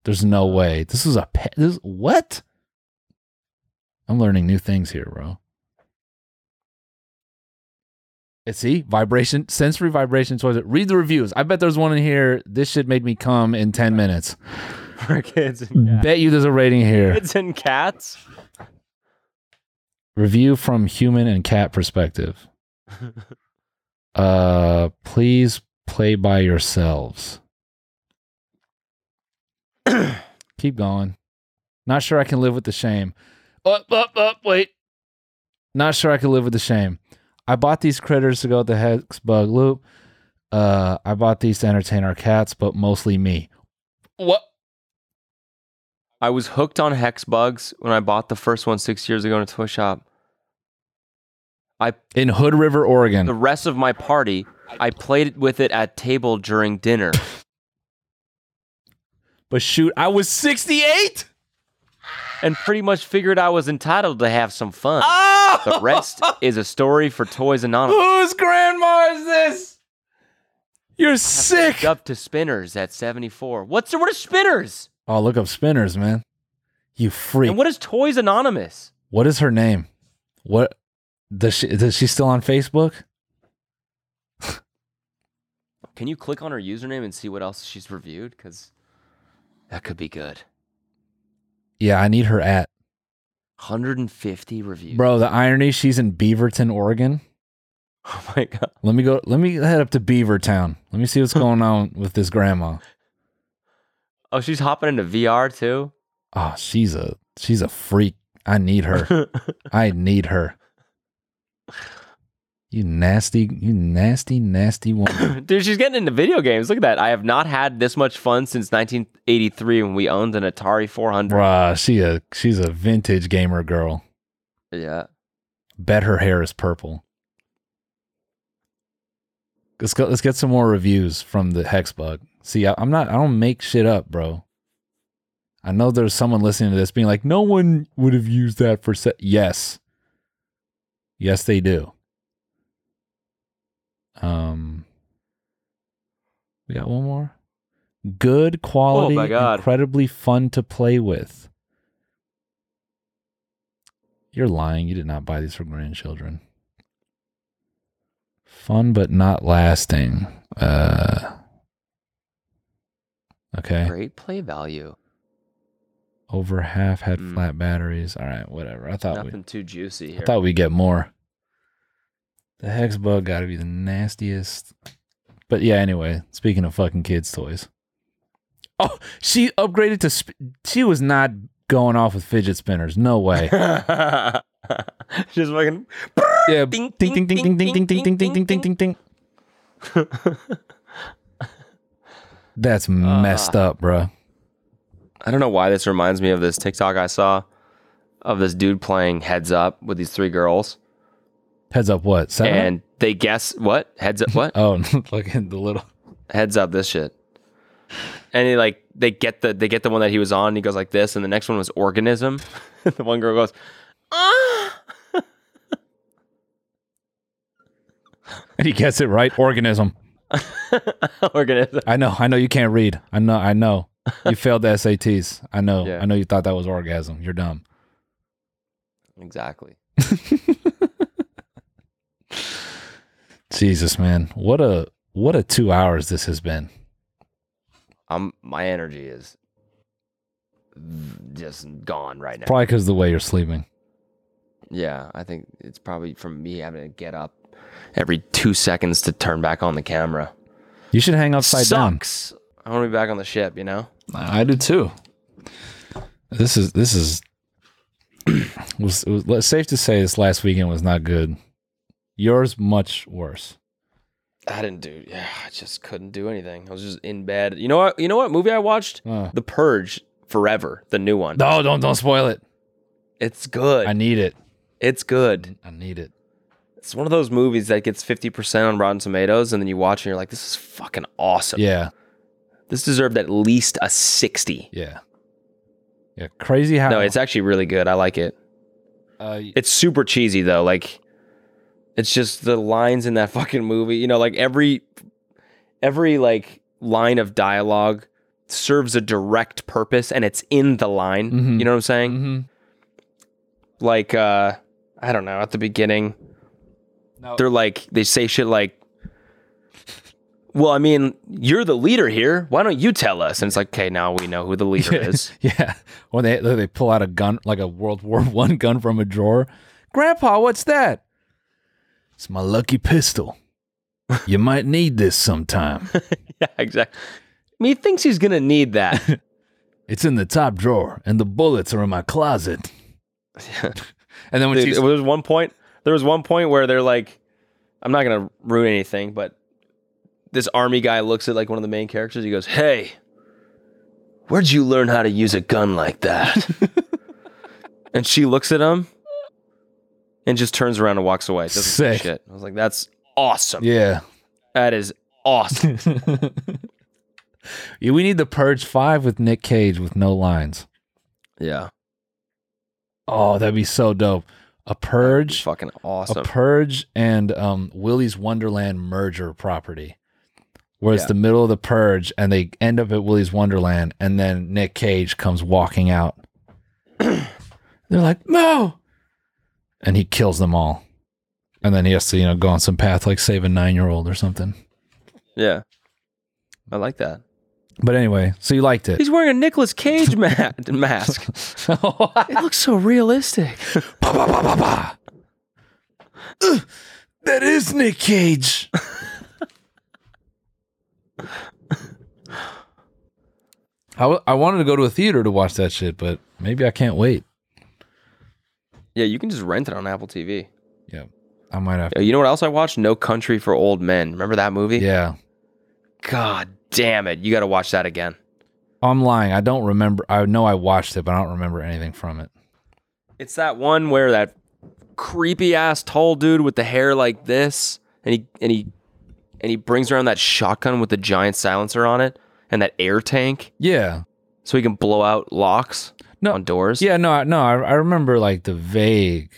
There's no way. This is a pet. This what? I'm learning new things here, bro. And Eh, see, vibration, sensory vibration towards it. Read the reviews. I bet there's one in here. This shit made me come in 10 minutes.
for kids and cats.
Bet you there's a rating here.
Kids and cats?
Review from human and cat perspective. uh, please play by yourselves. Keep going. Not sure I can live with the shame. Up, up, up, wait. Not sure I can live with the shame. I bought these critters to go with the hex bug loop. Uh, I bought these to entertain our cats, but mostly me. What?
I was hooked on hex bugs when I bought the first one six years ago in a toy shop.
In Hood River, Oregon.
The rest of my party, I played with it at table during dinner.
But shoot, I was 68.
and pretty much figured I was entitled to have some fun.
Ah!
The rest is a story for Toys Anonymous.
Oh! Whose grandma is this? You're sick.
Up to spinners at 74. What's the, what are spinners?
Oh, look up spinners, man. You freak.
And what is Toys Anonymous?
what is her name? What does she? Is she still on Facebook?
Can you click on her username and see what else she's reviewed? Because that could be good.
Yeah, I need her at.
150 reviews.
Bro, the irony she's in Beaverton, Oregon.
Oh my God.
Let me go. Let me head up to Beavertown. Let me see what's going on with this grandma.
Oh, she's hopping into VR too?
Oh, she's a she's a freak. I need her. I need her. You nasty, you nasty, nasty woman.
Dude, she's getting into video games. Look at that. I have not had this much fun since 1983 when we owned an Atari 400.
Bruh, she a she's a vintage gamer girl.
Yeah.
Bet her hair is purple. Let's go. Let's get some more reviews from the hex bug. See, I, I'm not. I don't make shit up, bro. I know there's someone listening to this being like, "No one would have used that for se-. Yes, yes, they do. Um, we got one more. Good quality,
God.
incredibly fun to play with. You're lying. You did not buy these for grandchildren. Fun but not lasting. Uh, okay.
Great play value.
Over half had
Mm.
flat batteries. All right, whatever. I thought
Nothing too juicy
we, I
here.
thought we'd get more. The hex bug got to be the nastiest. But yeah, anyway, speaking of fucking kids' toys. Oh, she upgraded to. Sp- she was not going off with fidget spinners. No way.
Just fucking.
Yeah.
Ding,
Ding ding ding
ding,
ding ding ding ding
ding,
ding ding ding ding ding. That's messed up, bruh.
I don't know why this reminds me of this TikTok I saw of this dude playing Heads Up with these three girls.
Heads up, what? Seven?
And they guess what? Heads Up what?
oh, fucking the little.
heads up this shit and he like they get the they get the one that he was on and he goes like this and the next one was organism the one girl goes ah
And he gets it right. Organism.
organism
I know. I know you can't read. I know. I know. You failed the SATs. I know.
Yeah.
I know you thought that was orgasm. You're dumb.
exactly
Jesus, man. What a what a two hours this has been.
i'm my energy is just gone right now
Probably because of the way you're sleeping.
yeah i think it's probably from me having to get up every two seconds to turn back on the camera
You should hang upside down.
sucks i want to be back on the ship you know
I do too. This is this is was, it was it's safe to say this last weekend was not good. Yours much worse.
i didn't do yeah i just couldn't do anything i was just in bed you know what you know what movie i watched
Uh,
The Purge Forever, the new one.
no, don't don't spoil it.
It's good.
I need it.
It's good.
I need it.
It's one of those movies that gets 50% on Rotten Tomatoes, and then you watch and you're like, this is fucking awesome.
Yeah,
This deserved at least a 60.
yeah, yeah. Crazy how
No, it's actually really good. I like it.
uh,
It's super cheesy, though. Like, it's just the lines in that fucking movie, you know, like every, every, like, line of dialogue serves a direct purpose and it's in the line.
Mhm.
You know what I'm saying?
mhm.
Like, uh, I don't know, at the beginning,
No,
they're like they say shit like well i mean you're the leader here why don't you tell us and it's like okay now we know who the leader is
Yeah, when they they pull out a gun like a World War One gun from a drawer. Grandpa, what's that? It's my lucky pistol. You might need this sometime.
yeah exactly I mean, he thinks he's gonna need that
It's in the top drawer, and the bullets are in my closet. and then when
Dude,
she's
there was one point there was one point where they're like i'm not gonna ruin anything but this army guy looks at like one of the main characters he goes hey where'd you learn how to use a gun like that and she looks at him and just turns around and walks away doesn't say
Sick.
shit i was like that's awesome
yeah,
That is awesome.
Yeah, we need the Purge Five with Nick Cage with no lines.
yeah.
Oh, that'd be so dope. A purge,
Fucking awesome.
a purge, and um, Willy's Wonderland merger property, where it's
Yeah.
the middle of the purge, and they end up at Willy's Wonderland, and then Nick Cage comes walking out. They're like, no, and he kills them all, and then he has to, you know, go on some path like save a nine-year-old or something.
yeah. I like that.
But anyway, so you liked it.
He's wearing a Nicolas Cage ma- mask. It looks so realistic.
Ba, ba, ba, ba, ba. Ugh, that is Nick Cage. I, w- I wanted to go to a theater to watch that shit, but maybe I can't wait.
Yeah, you can just rent it on Apple TV.
I might have.
Yeah, You know what else I watched? No Country for Old Men. Remember that movie?
Yeah,
God damn it. You got to watch that again.
I'm lying. I don't remember. I know I watched it, but I don't remember anything from it.
It's that one where that creepy ass tall dude with the hair like this and he and he and he brings around that shotgun with the giant silencer on it and that air tank
Yeah,
so he can blow out locks
No,
on doors.
yeah. No, I- no. I, I remember like the vague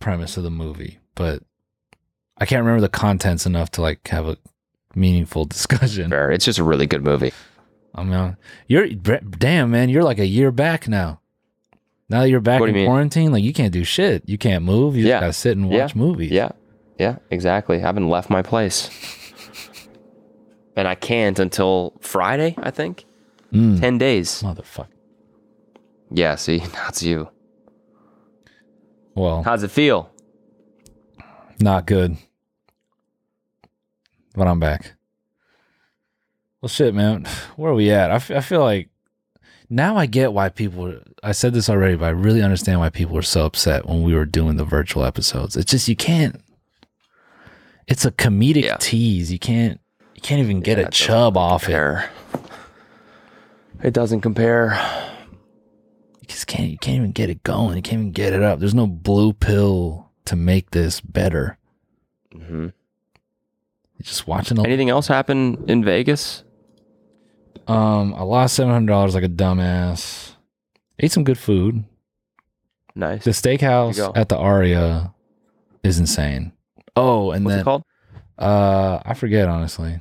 premise of the movie, but I can't remember the contents enough to like have a meaningful discussion.
Fair. It's just a really good movie.
I mean, you're br- damn man. You're like a year back now. Now that you're back
What do
in
you mean?
quarantine, like you can't do shit. You can't move. You
Yeah.
just gotta sit and
Yeah.
watch movies.
Yeah. Yeah, exactly. I haven't left my place. and I can't until Friday, I think.
Mm.
10 days.
Motherfucker.
Yeah, see, that's you.
Well,
How's it feel?
not good. But I'm back. Well, shit, man. Where are we at? I, f- I feel like now I get why people. are- I said this already, but I really understand why people were so upset when we were doing the virtual episodes. It's just you can't. It's a comedic
Yeah.
tease. You can't. You can't even get
Yeah,
a
it doesn't
chub off it.
Fair. It doesn't compare.
You just can't. You can't even get it going. You can't even get it up. There's no blue pill to make this better.
Mhm.
You're just watching a
Anything else happen in Vegas?
Um, I lost seven hundred dollars like a dumbass. Ate some good food.
Nice.
The steakhouse
go.
at the Aria is insane. Oh, and
What's it
then
called?
uh, I forget honestly,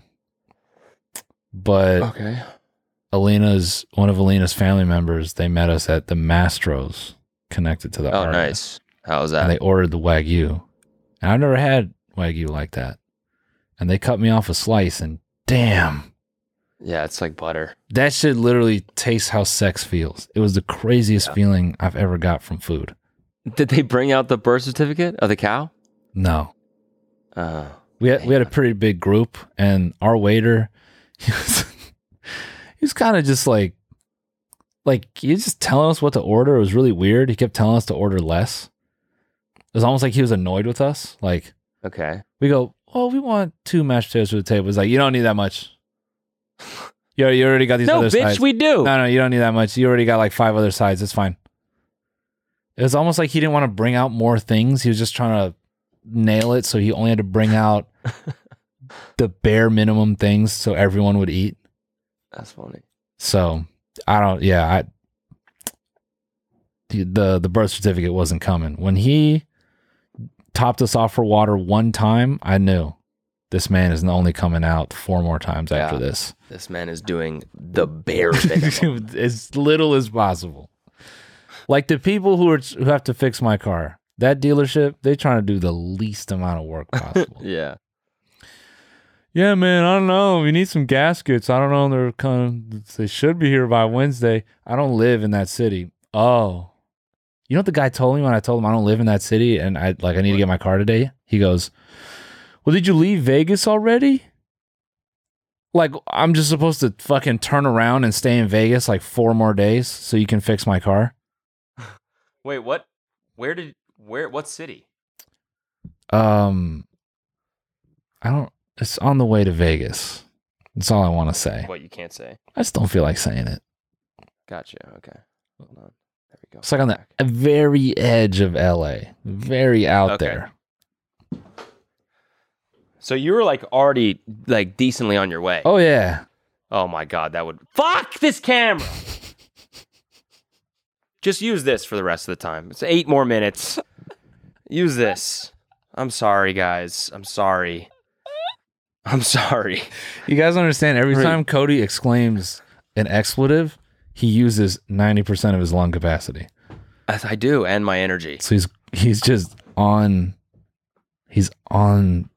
but
Okay.
Alina's one of Alina's family members. They met us at the Mastros connected to the
Oh,
Aria,
nice. How's
and they
that?
ordered the wagyu. And I've never had wagyu like that. And they cut me off a slice, and damn.
Yeah, it's like butter.
That shit literally tastes how sex feels. It was the craziest feeling I've ever got from food.
Did they bring out the birth certificate of the cow?
No.
Uh,
We had, we had a pretty big group, and our waiter, he was, he was kind of just like, like he was just telling us what to order. It was really weird. He kept telling us to order less. It was almost like he was annoyed with us. Like
okay.
we go, oh, we want two mashed potatoes for the table. He's like, you don't need that much. You, you already got these
no,
other
bitch,
sides."
we do.
No, no, you don't need that much. You already got like five other sides. It's fine. It was almost like he didn't want to bring out more things. He was just trying to nail it. So he only had to bring out the bare minimum things so everyone would eat.
That's funny.
So I don't, yeah, I, the- the, the birth certificate wasn't coming. When he topped us off for water one time, I knew this man is only coming out four more times after
Yeah.
this.
This man is doing the bare minimum.
as little as possible. Like the people who are who have to fix my car, that dealership, they trying to do the least amount of work possible.
yeah.
yeah, man, I don't know. We need some gaskets. I don't know. They're kind of, they should be here by Wednesday. I don't live in that city. Oh, you know what the guy told me when I told him I don't live in that city and I like I need to get my car today. He goes, "Well, did you leave Vegas already?" Like I'm just supposed to fucking turn around and stay in Vegas like four more days so you can fix my car.
Wait, what? Where did, where, what city?
Um, I don't. It's on the way to Vegas. That's all I want to say.
What you can't say.
I just don't feel like saying it.
Gotcha. Okay. Hold on. There we go.
It's like on the
Back.
very edge of LA, very out
Okay.
there.
So you were like already like decently on your way.
Oh yeah,
Oh my god, that would fuck this camera. Just use this for the rest of the time. It's eight more minutes. Use this. I'm sorry, guys. I'm sorry. I'm sorry.
You guys understand every
Right.
time Cody exclaims an expletive, he uses 90% of his lung capacity.
I, I do, and my energy.
So he's he's just on he's on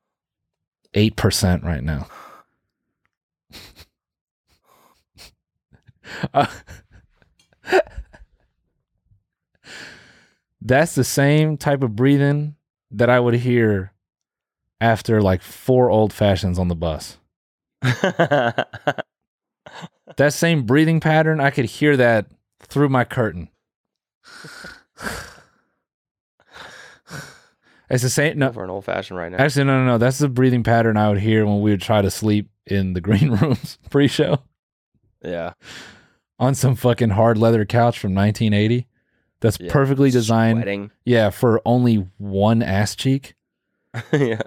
8% right now. Uh, that's the same type of breathing that I would hear after like four old fashions on the bus. That same breathing pattern, I could hear that through my curtain. it's the same. No,
for an old fashioned right now.
actually, no, no, no. That's the breathing pattern I would hear when we would try to sleep in the green rooms pre-show
yeah.
on some fucking hard leather couch from 1980. That's
Yeah,
perfectly designed.
Sweating.
Yeah, for only one ass cheek,
yeah.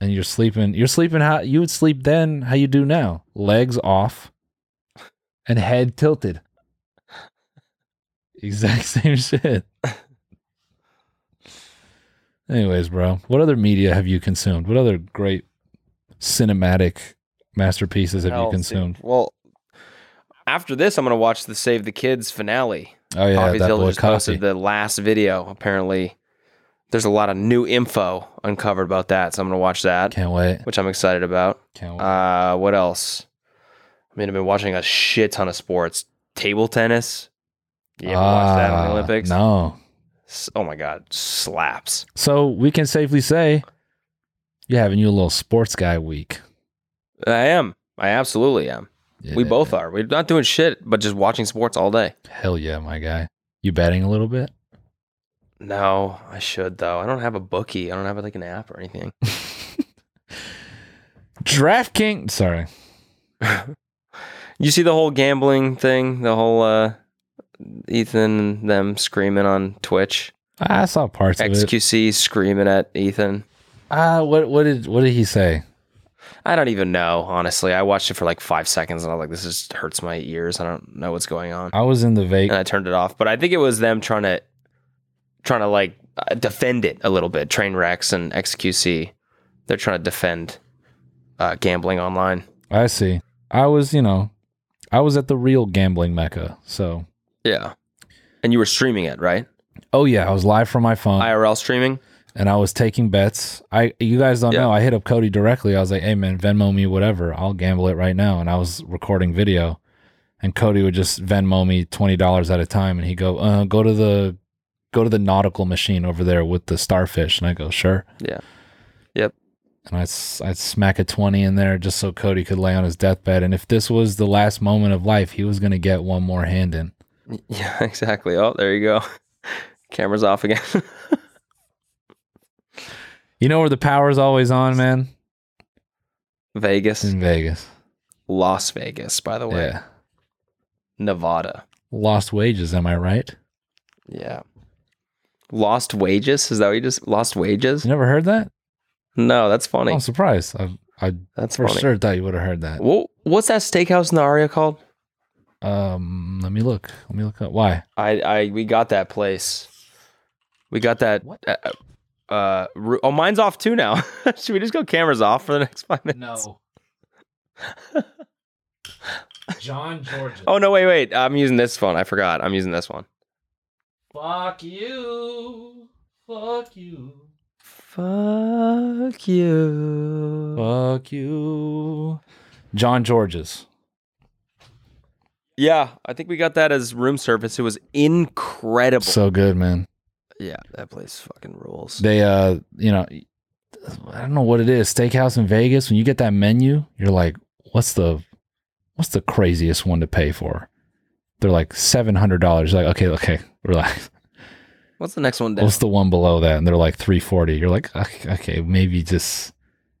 and you're sleeping. You're sleeping how you would sleep then, how you do now. Legs off, and head tilted. Exact same shit. Anyways, bro, what other media have you consumed? What other great cinematic masterpieces have you
Well,
consumed?
Oh, Well, after this, I'm going to watch the Save the Kids finale.
Oh yeah,
Coffee
that
Zilla
boy
just posted
Coffee.
the last video. Apparently, there's a lot of new info uncovered about that, so I'm gonna watch that,
Can't wait.
which I'm excited about.
Can't wait.
Uh, what else? I mean, I've been watching a shit ton of sports. Table tennis. You ever watch that on
Ah,
the Olympics?
No.
S- Oh my god, slaps.
So we can safely say you're having you a little sports guy week.
I am. I absolutely am. We
Yeah.
both are. We're not doing shit, but just watching sports all day.
Hell yeah, my guy. You betting a little bit?
No, I should though. I don't have a bookie. I don't have like an app or anything.
DraftKings. Sorry.
You see the whole gambling thing, the whole uh, Ethan and them screaming on Twitch.
I saw parts of it.
XQC screaming at Ethan.
Ah, what what did what did he say?
I don't even know, honestly. I watched it for like five seconds and I was like, this just hurts my ears. I don't know what's going on.
I was in the
And
Vegas.
I turned it off. But I think it was them trying to, trying to like uh, defend it a little bit. Train wrecks and XQC. They're trying to defend uh, gambling online.
I see. I was, you know, I was at the real gambling mecca. So,
Yeah. And you were streaming it, right?
oh yeah, I was live from my phone
IRL streaming?
and I was taking bets. I you guys don't
Yeah.
know. I hit up Cody directly. I was like, "Hey man, Venmo me whatever. I'll gamble it right now." And I was recording video, and Cody would just Venmo me twenty dollars at a time, and he would go, uh, "Go to the go to the nautical machine over there with the starfish," and I go, "Sure."
Yeah. Yep.
And I I smack a twenty in there just so Cody could lay on his deathbed, and if this was the last moment of life, he was gonna get one more hand in.
Yeah, exactly. Oh, there you go. Camera's off again.
You know where the power's always on, man?
Vegas,
In Vegas.
Las Vegas, by the way,
Hmm. Yeah.
Nevada.
Lost wages, am I right?
Yeah. Lost wages? Is that what you just lost wages?
You never heard that?
No, that's funny.
I'm surprised. I, I
That's
for
funny.
sure thought you would have heard that.
Wha- what's that steakhouse in the Aria called?
Um, let me look. Let me look up. Why?
I, I we got that place. We got that.
What?
Uh, uh, ru- oh, mine's off too now. Should we just go cameras off for the next five minutes?
John George.
Oh no! Wait, wait. I'm using this phone. I forgot. I'm using this one.
Fuck you. Fuck you.
Fuck you.
Fuck you. John George's.
Yeah, I think we got that as room service. It was incredible.
So good, man.
yeah, that place fucking rules.
They uh, you know, I don't know what it is. Steakhouse in Vegas. When you get that menu, you're like, what's the, what's the craziest one to pay for? They're like seven hundred dollars. Like, okay, okay, relax.
What's the next one down?
What's the one below that? And they're like 340. You're like, okay, okay, maybe just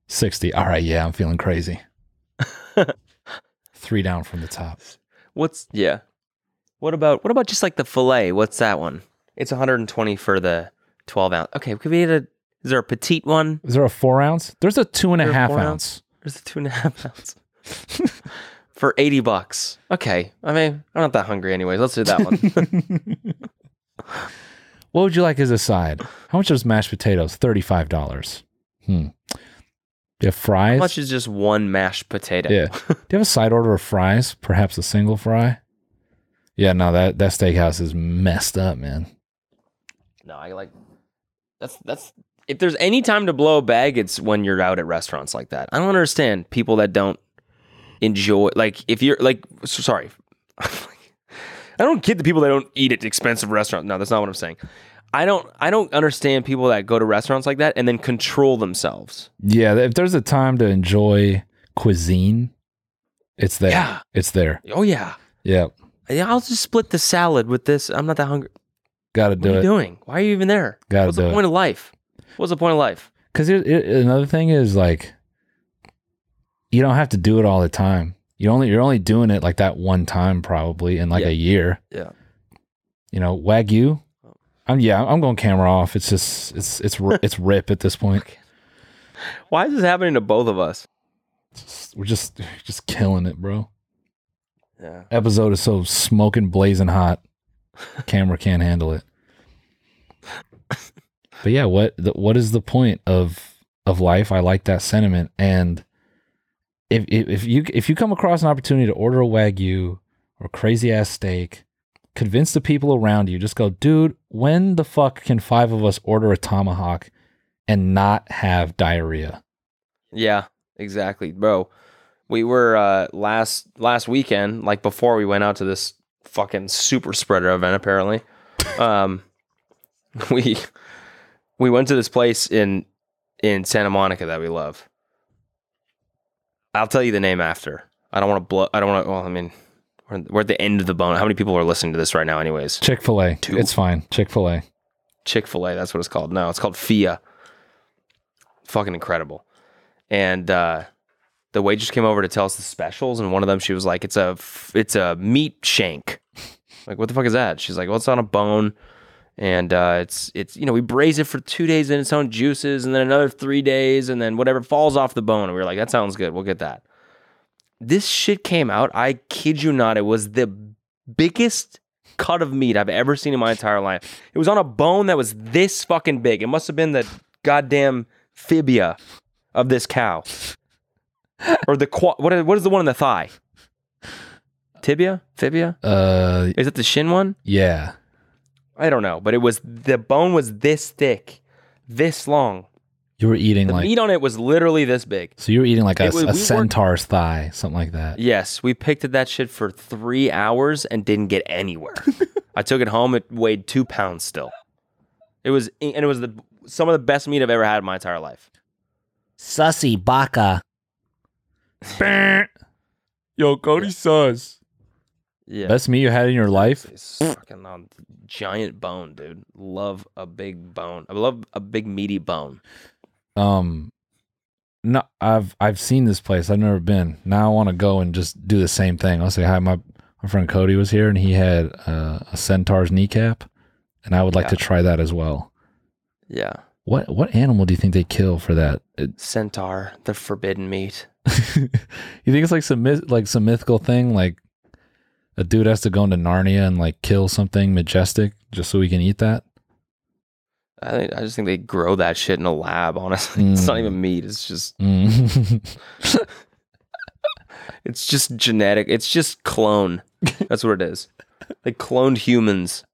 60. All right, yeah, I'm feeling crazy. Three down from the top.
What's yeah? What about what about just like the fillet? What's that one? It's 120 for the 12 ounce. Okay, could we get a? Is there a petite one?
Is there a four ounce? There's a two and a
Is there a
half
four
ounce.
There's a two and a half ounce. for 80 bucks. Okay. I mean, I'm not that hungry anyways. Let's do that one.
What would you like as a side? How much is mashed potatoes? Thirty-five dollars. Hmm. Do you have
How
fries?
much is just one mashed potato?
yeah. Do you have a side order of fries? Perhaps a single fry. Yeah. No, that that steakhouse is messed up, man.
No, I like that's that's if there's any time to blow a bag, it's when you're out at restaurants like that. I don't understand people that don't enjoy like if you're like s- sorry. I don't get the people that don't eat at expensive restaurants. No, that's not what I'm saying. I don't I don't understand people that go to restaurants like that and then control themselves.
Yeah. If there's a time to enjoy cuisine, it's there.
Yeah.
It's there.
Oh yeah.
Yeah.
Yeah, I'll just split the salad with this. I'm not that hungry.
Got to
What are
do
you
it.
doing? Why are you even there?
Gotta
What's
do
the
it.
point of life? What's the point of life?
Because it, it, another thing is like, you don't have to do it all the time. You only you're only doing it like that one time probably in like
Yeah.
a year.
Yeah. Oh.
You know, wagyu. I'm yeah. I'm going camera off. It's just it's it's ri- it's rip at this point.
Why is this happening to both of us?
It's- We're just just killing it, bro.
Yeah.
Episode is so smoking blazing hot. Camera can't handle it. But yeah, what the, what is the point of of life? I like that sentiment. And if, if if you if you come across an opportunity to order a wagyu or crazy ass steak, convince the people around you. Just go, dude. When the fuck can five of us order a tomahawk and not have diarrhea?
Yeah, exactly, bro. We were uh, last last weekend, like before we went out to this fucking super spreader event. Apparently, um, we we went to this place in in Santa Monica that we love. I'll tell you the name after. I don't want to blow. I don't want to. Well, I mean, we're, we're at the end of the bone. How many people are listening to this right now? Anyways,
Chick fil A.
Two.
It's fine. Chick fil A.
Chick fil A. That's what it's called. No, it's called Fia. Fucking incredible. And uh, the waitress came over to tell us the specials, and one of them she was like, "It's a f- it's a meat shank." like, what the fuck is that? She's like, "Well, it's on a bone." And uh, it's it's you know we braise it for two days in its own juices, and then another three days, and then whatever falls off the bone. And we were like, "That sounds good. We'll get that." This shit came out. I kid you not. It was the biggest cut of meat I've ever seen in my entire life. It was on a bone that was this fucking big. It must have been the goddamn fibia of this cow, or the qua- what? Is, what is the one in the thigh? Tibia, fibia?
Uh,
Is it the shin one?
yeah.
I don't know, but it was the bone was this thick, this long.
You were eating
The
like
meat on it was literally this big.
so you were eating like a,
It was-
a
we weren't-
centaur's thigh, something like that.
Yes, we picked at that shit for three hours and didn't get anywhere. I took it home. It weighed two pounds still. It was, and it was the some of the best meat I've ever had in my entire life.
Sussy baka. Yo, Cody sus.
Yeah,
Best meat you had in your life?
It's fucking on giant bone, dude. Love a big bone. I love a big meaty bone.
Um, no, I've I've seen this place. I've never been. Now I want to go and just do the same thing. I'll say hi. My my friend Cody was here, and he had uh, a centaur's kneecap, and I would like
Yeah.
to try that as well.
Yeah,
What what animal do you think they kill for that? It-
centaur, the forbidden meat.
you think it's like some myth, like some mythical thing, like a dude has to go into Narnia and like kill something majestic just so we can eat that?
I think I just think they grow that shit in a lab. Honestly, it's not
Mm.
even meat. It's just
Mm.
it's just genetic. It's just clone. That's what it is. They cloned humans.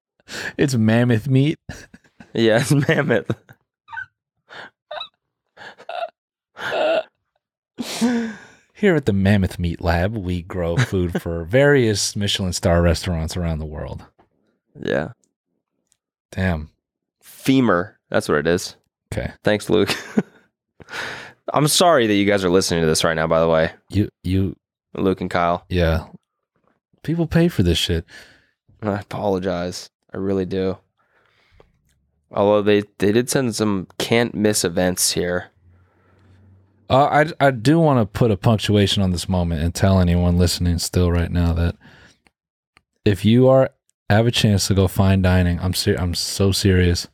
it's mammoth meat.
Yeah, it's mammoth.
Here at the Mammoth Meat Lab, we grow food for various Michelin star restaurants around the world.
Yeah,
Damn.
femur. That's what it is.
Okay.
Thanks, Luke. I'm sorry that you guys are listening to this right now. By the way,
You you
Luke and Kyle.
yeah. People pay for this shit.
I apologize. I really do. Although they, they did send some can't miss events here.
Uh, I I do want to put a punctuation on this moment and tell anyone listening still right now that if you are have a chance to go fine dining, I'm ser- I'm so serious.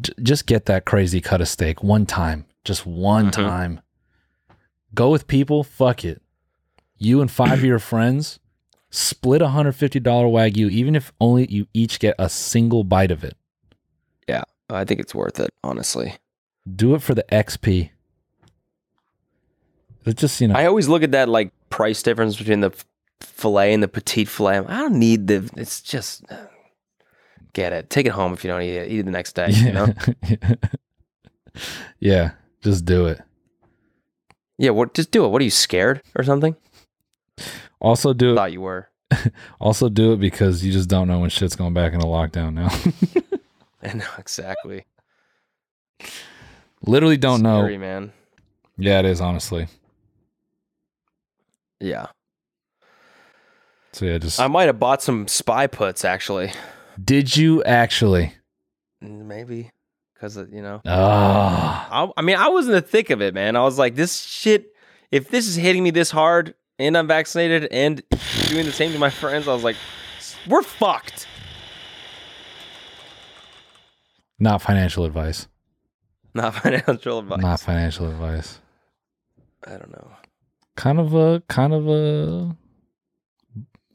J- just get that crazy cut of steak one time, just one
Mhm.
time. Go with people. Fuck it. you and five of your friends split a hundred fifty dollar wagyu, even if only you each get a single bite of it.
I think it's worth it, honestly.
Do it for the XP. It's just you know,
I always look at that like price difference between the f- fillet and the petite fillet. I don't need the. It's just uh, get it. Take it home if you don't eat it. Eat it the next day. You know?
yeah, just do it.
Yeah. What? Just do it. What are you scared or something?
Also do it.
Thought you were.
Also do it because you just don't know when shit's going back into lockdown now.
no, exactly.
Literally don't
Scary,
know.
man.
Yeah, it is honestly.
Yeah.
So yeah, just
I might have bought some spy puts actually.
did you actually?
Maybe because you know.
Ah,
I, I mean, I was in the thick of it, man. I was like, this shit, if this is hitting me this hard and I'm vaccinated and doing the same to my friends, I was like, we're fucked.
not financial advice.
Not financial advice.
Not financial advice.
I don't know.
Kind of a kind of a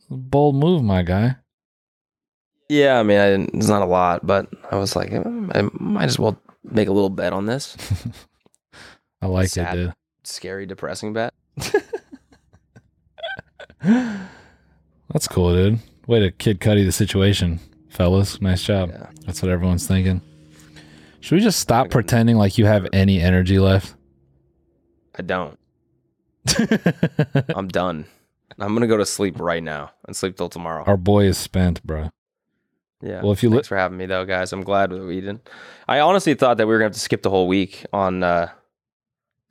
bold move, my guy.
Yeah, I mean, I didn't, it's not a lot, but I was like, "Mm, I might as well make a little bet on this.
I like
Sad.
it,
Scary, depressing bet.
dude. That's cool, dude. Way to kid cuddy the situation, fellas. Nice job.
Yeah.
That's what everyone's thinking. Should we just stop pretending like you have any energy left?
I don't. I'm done. I'm going to go to sleep right now and sleep till tomorrow.
Our boy is spent, bro.
Yeah.
Well, if you li-
thanks for having me though, guys. I'm glad that we didn't. I honestly thought that we were gonna have to skip the whole week on uh,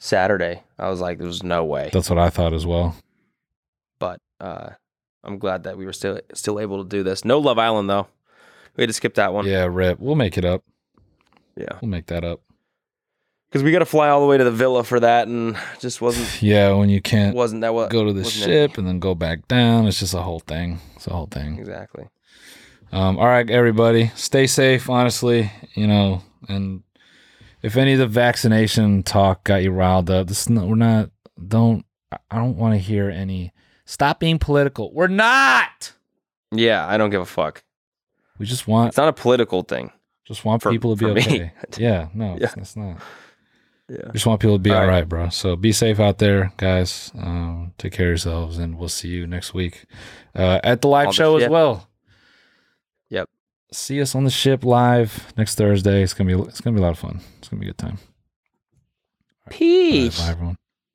Saturday. I was like, there's no way.
That's what I thought as well.
But uh, I'm glad that we were still still able to do this. No Love Island though. We had to skip that one.
Yeah, rip. We'll make it up.
Yeah.
We'll make that up.
Because we got to fly all the way to the villa for that, and just wasn't
Yeah, when you can't
wasn't that what
go to the
wasn't it?
ship and then go back down, it's just a whole thing. It's a whole thing.
exactly.
Um, all right, everybody, stay safe. Honestly, you know, and if any of the vaccination talk got you riled up, this is not, we're not. Don't. I- I don't want to hear any. Stop being political. We're not.
Yeah, I don't give a fuck.
We just want
It's not a political thing.
just want
for-
people to be
for me.
okay. Yeah. No,
Yeah.
it's not.
Yeah.
We just want people to be
All
all
right.
right, bro. So be safe out there, guys. Um, take care of yourselves, and we'll see you next week uh, at the live
On the
show as
ship.
well.
Yep.
See us on the ship live next Thursday. It's gonna be it's gonna be a lot of fun. It's gonna be a good time. All right,
Peace.
Bye, everyone.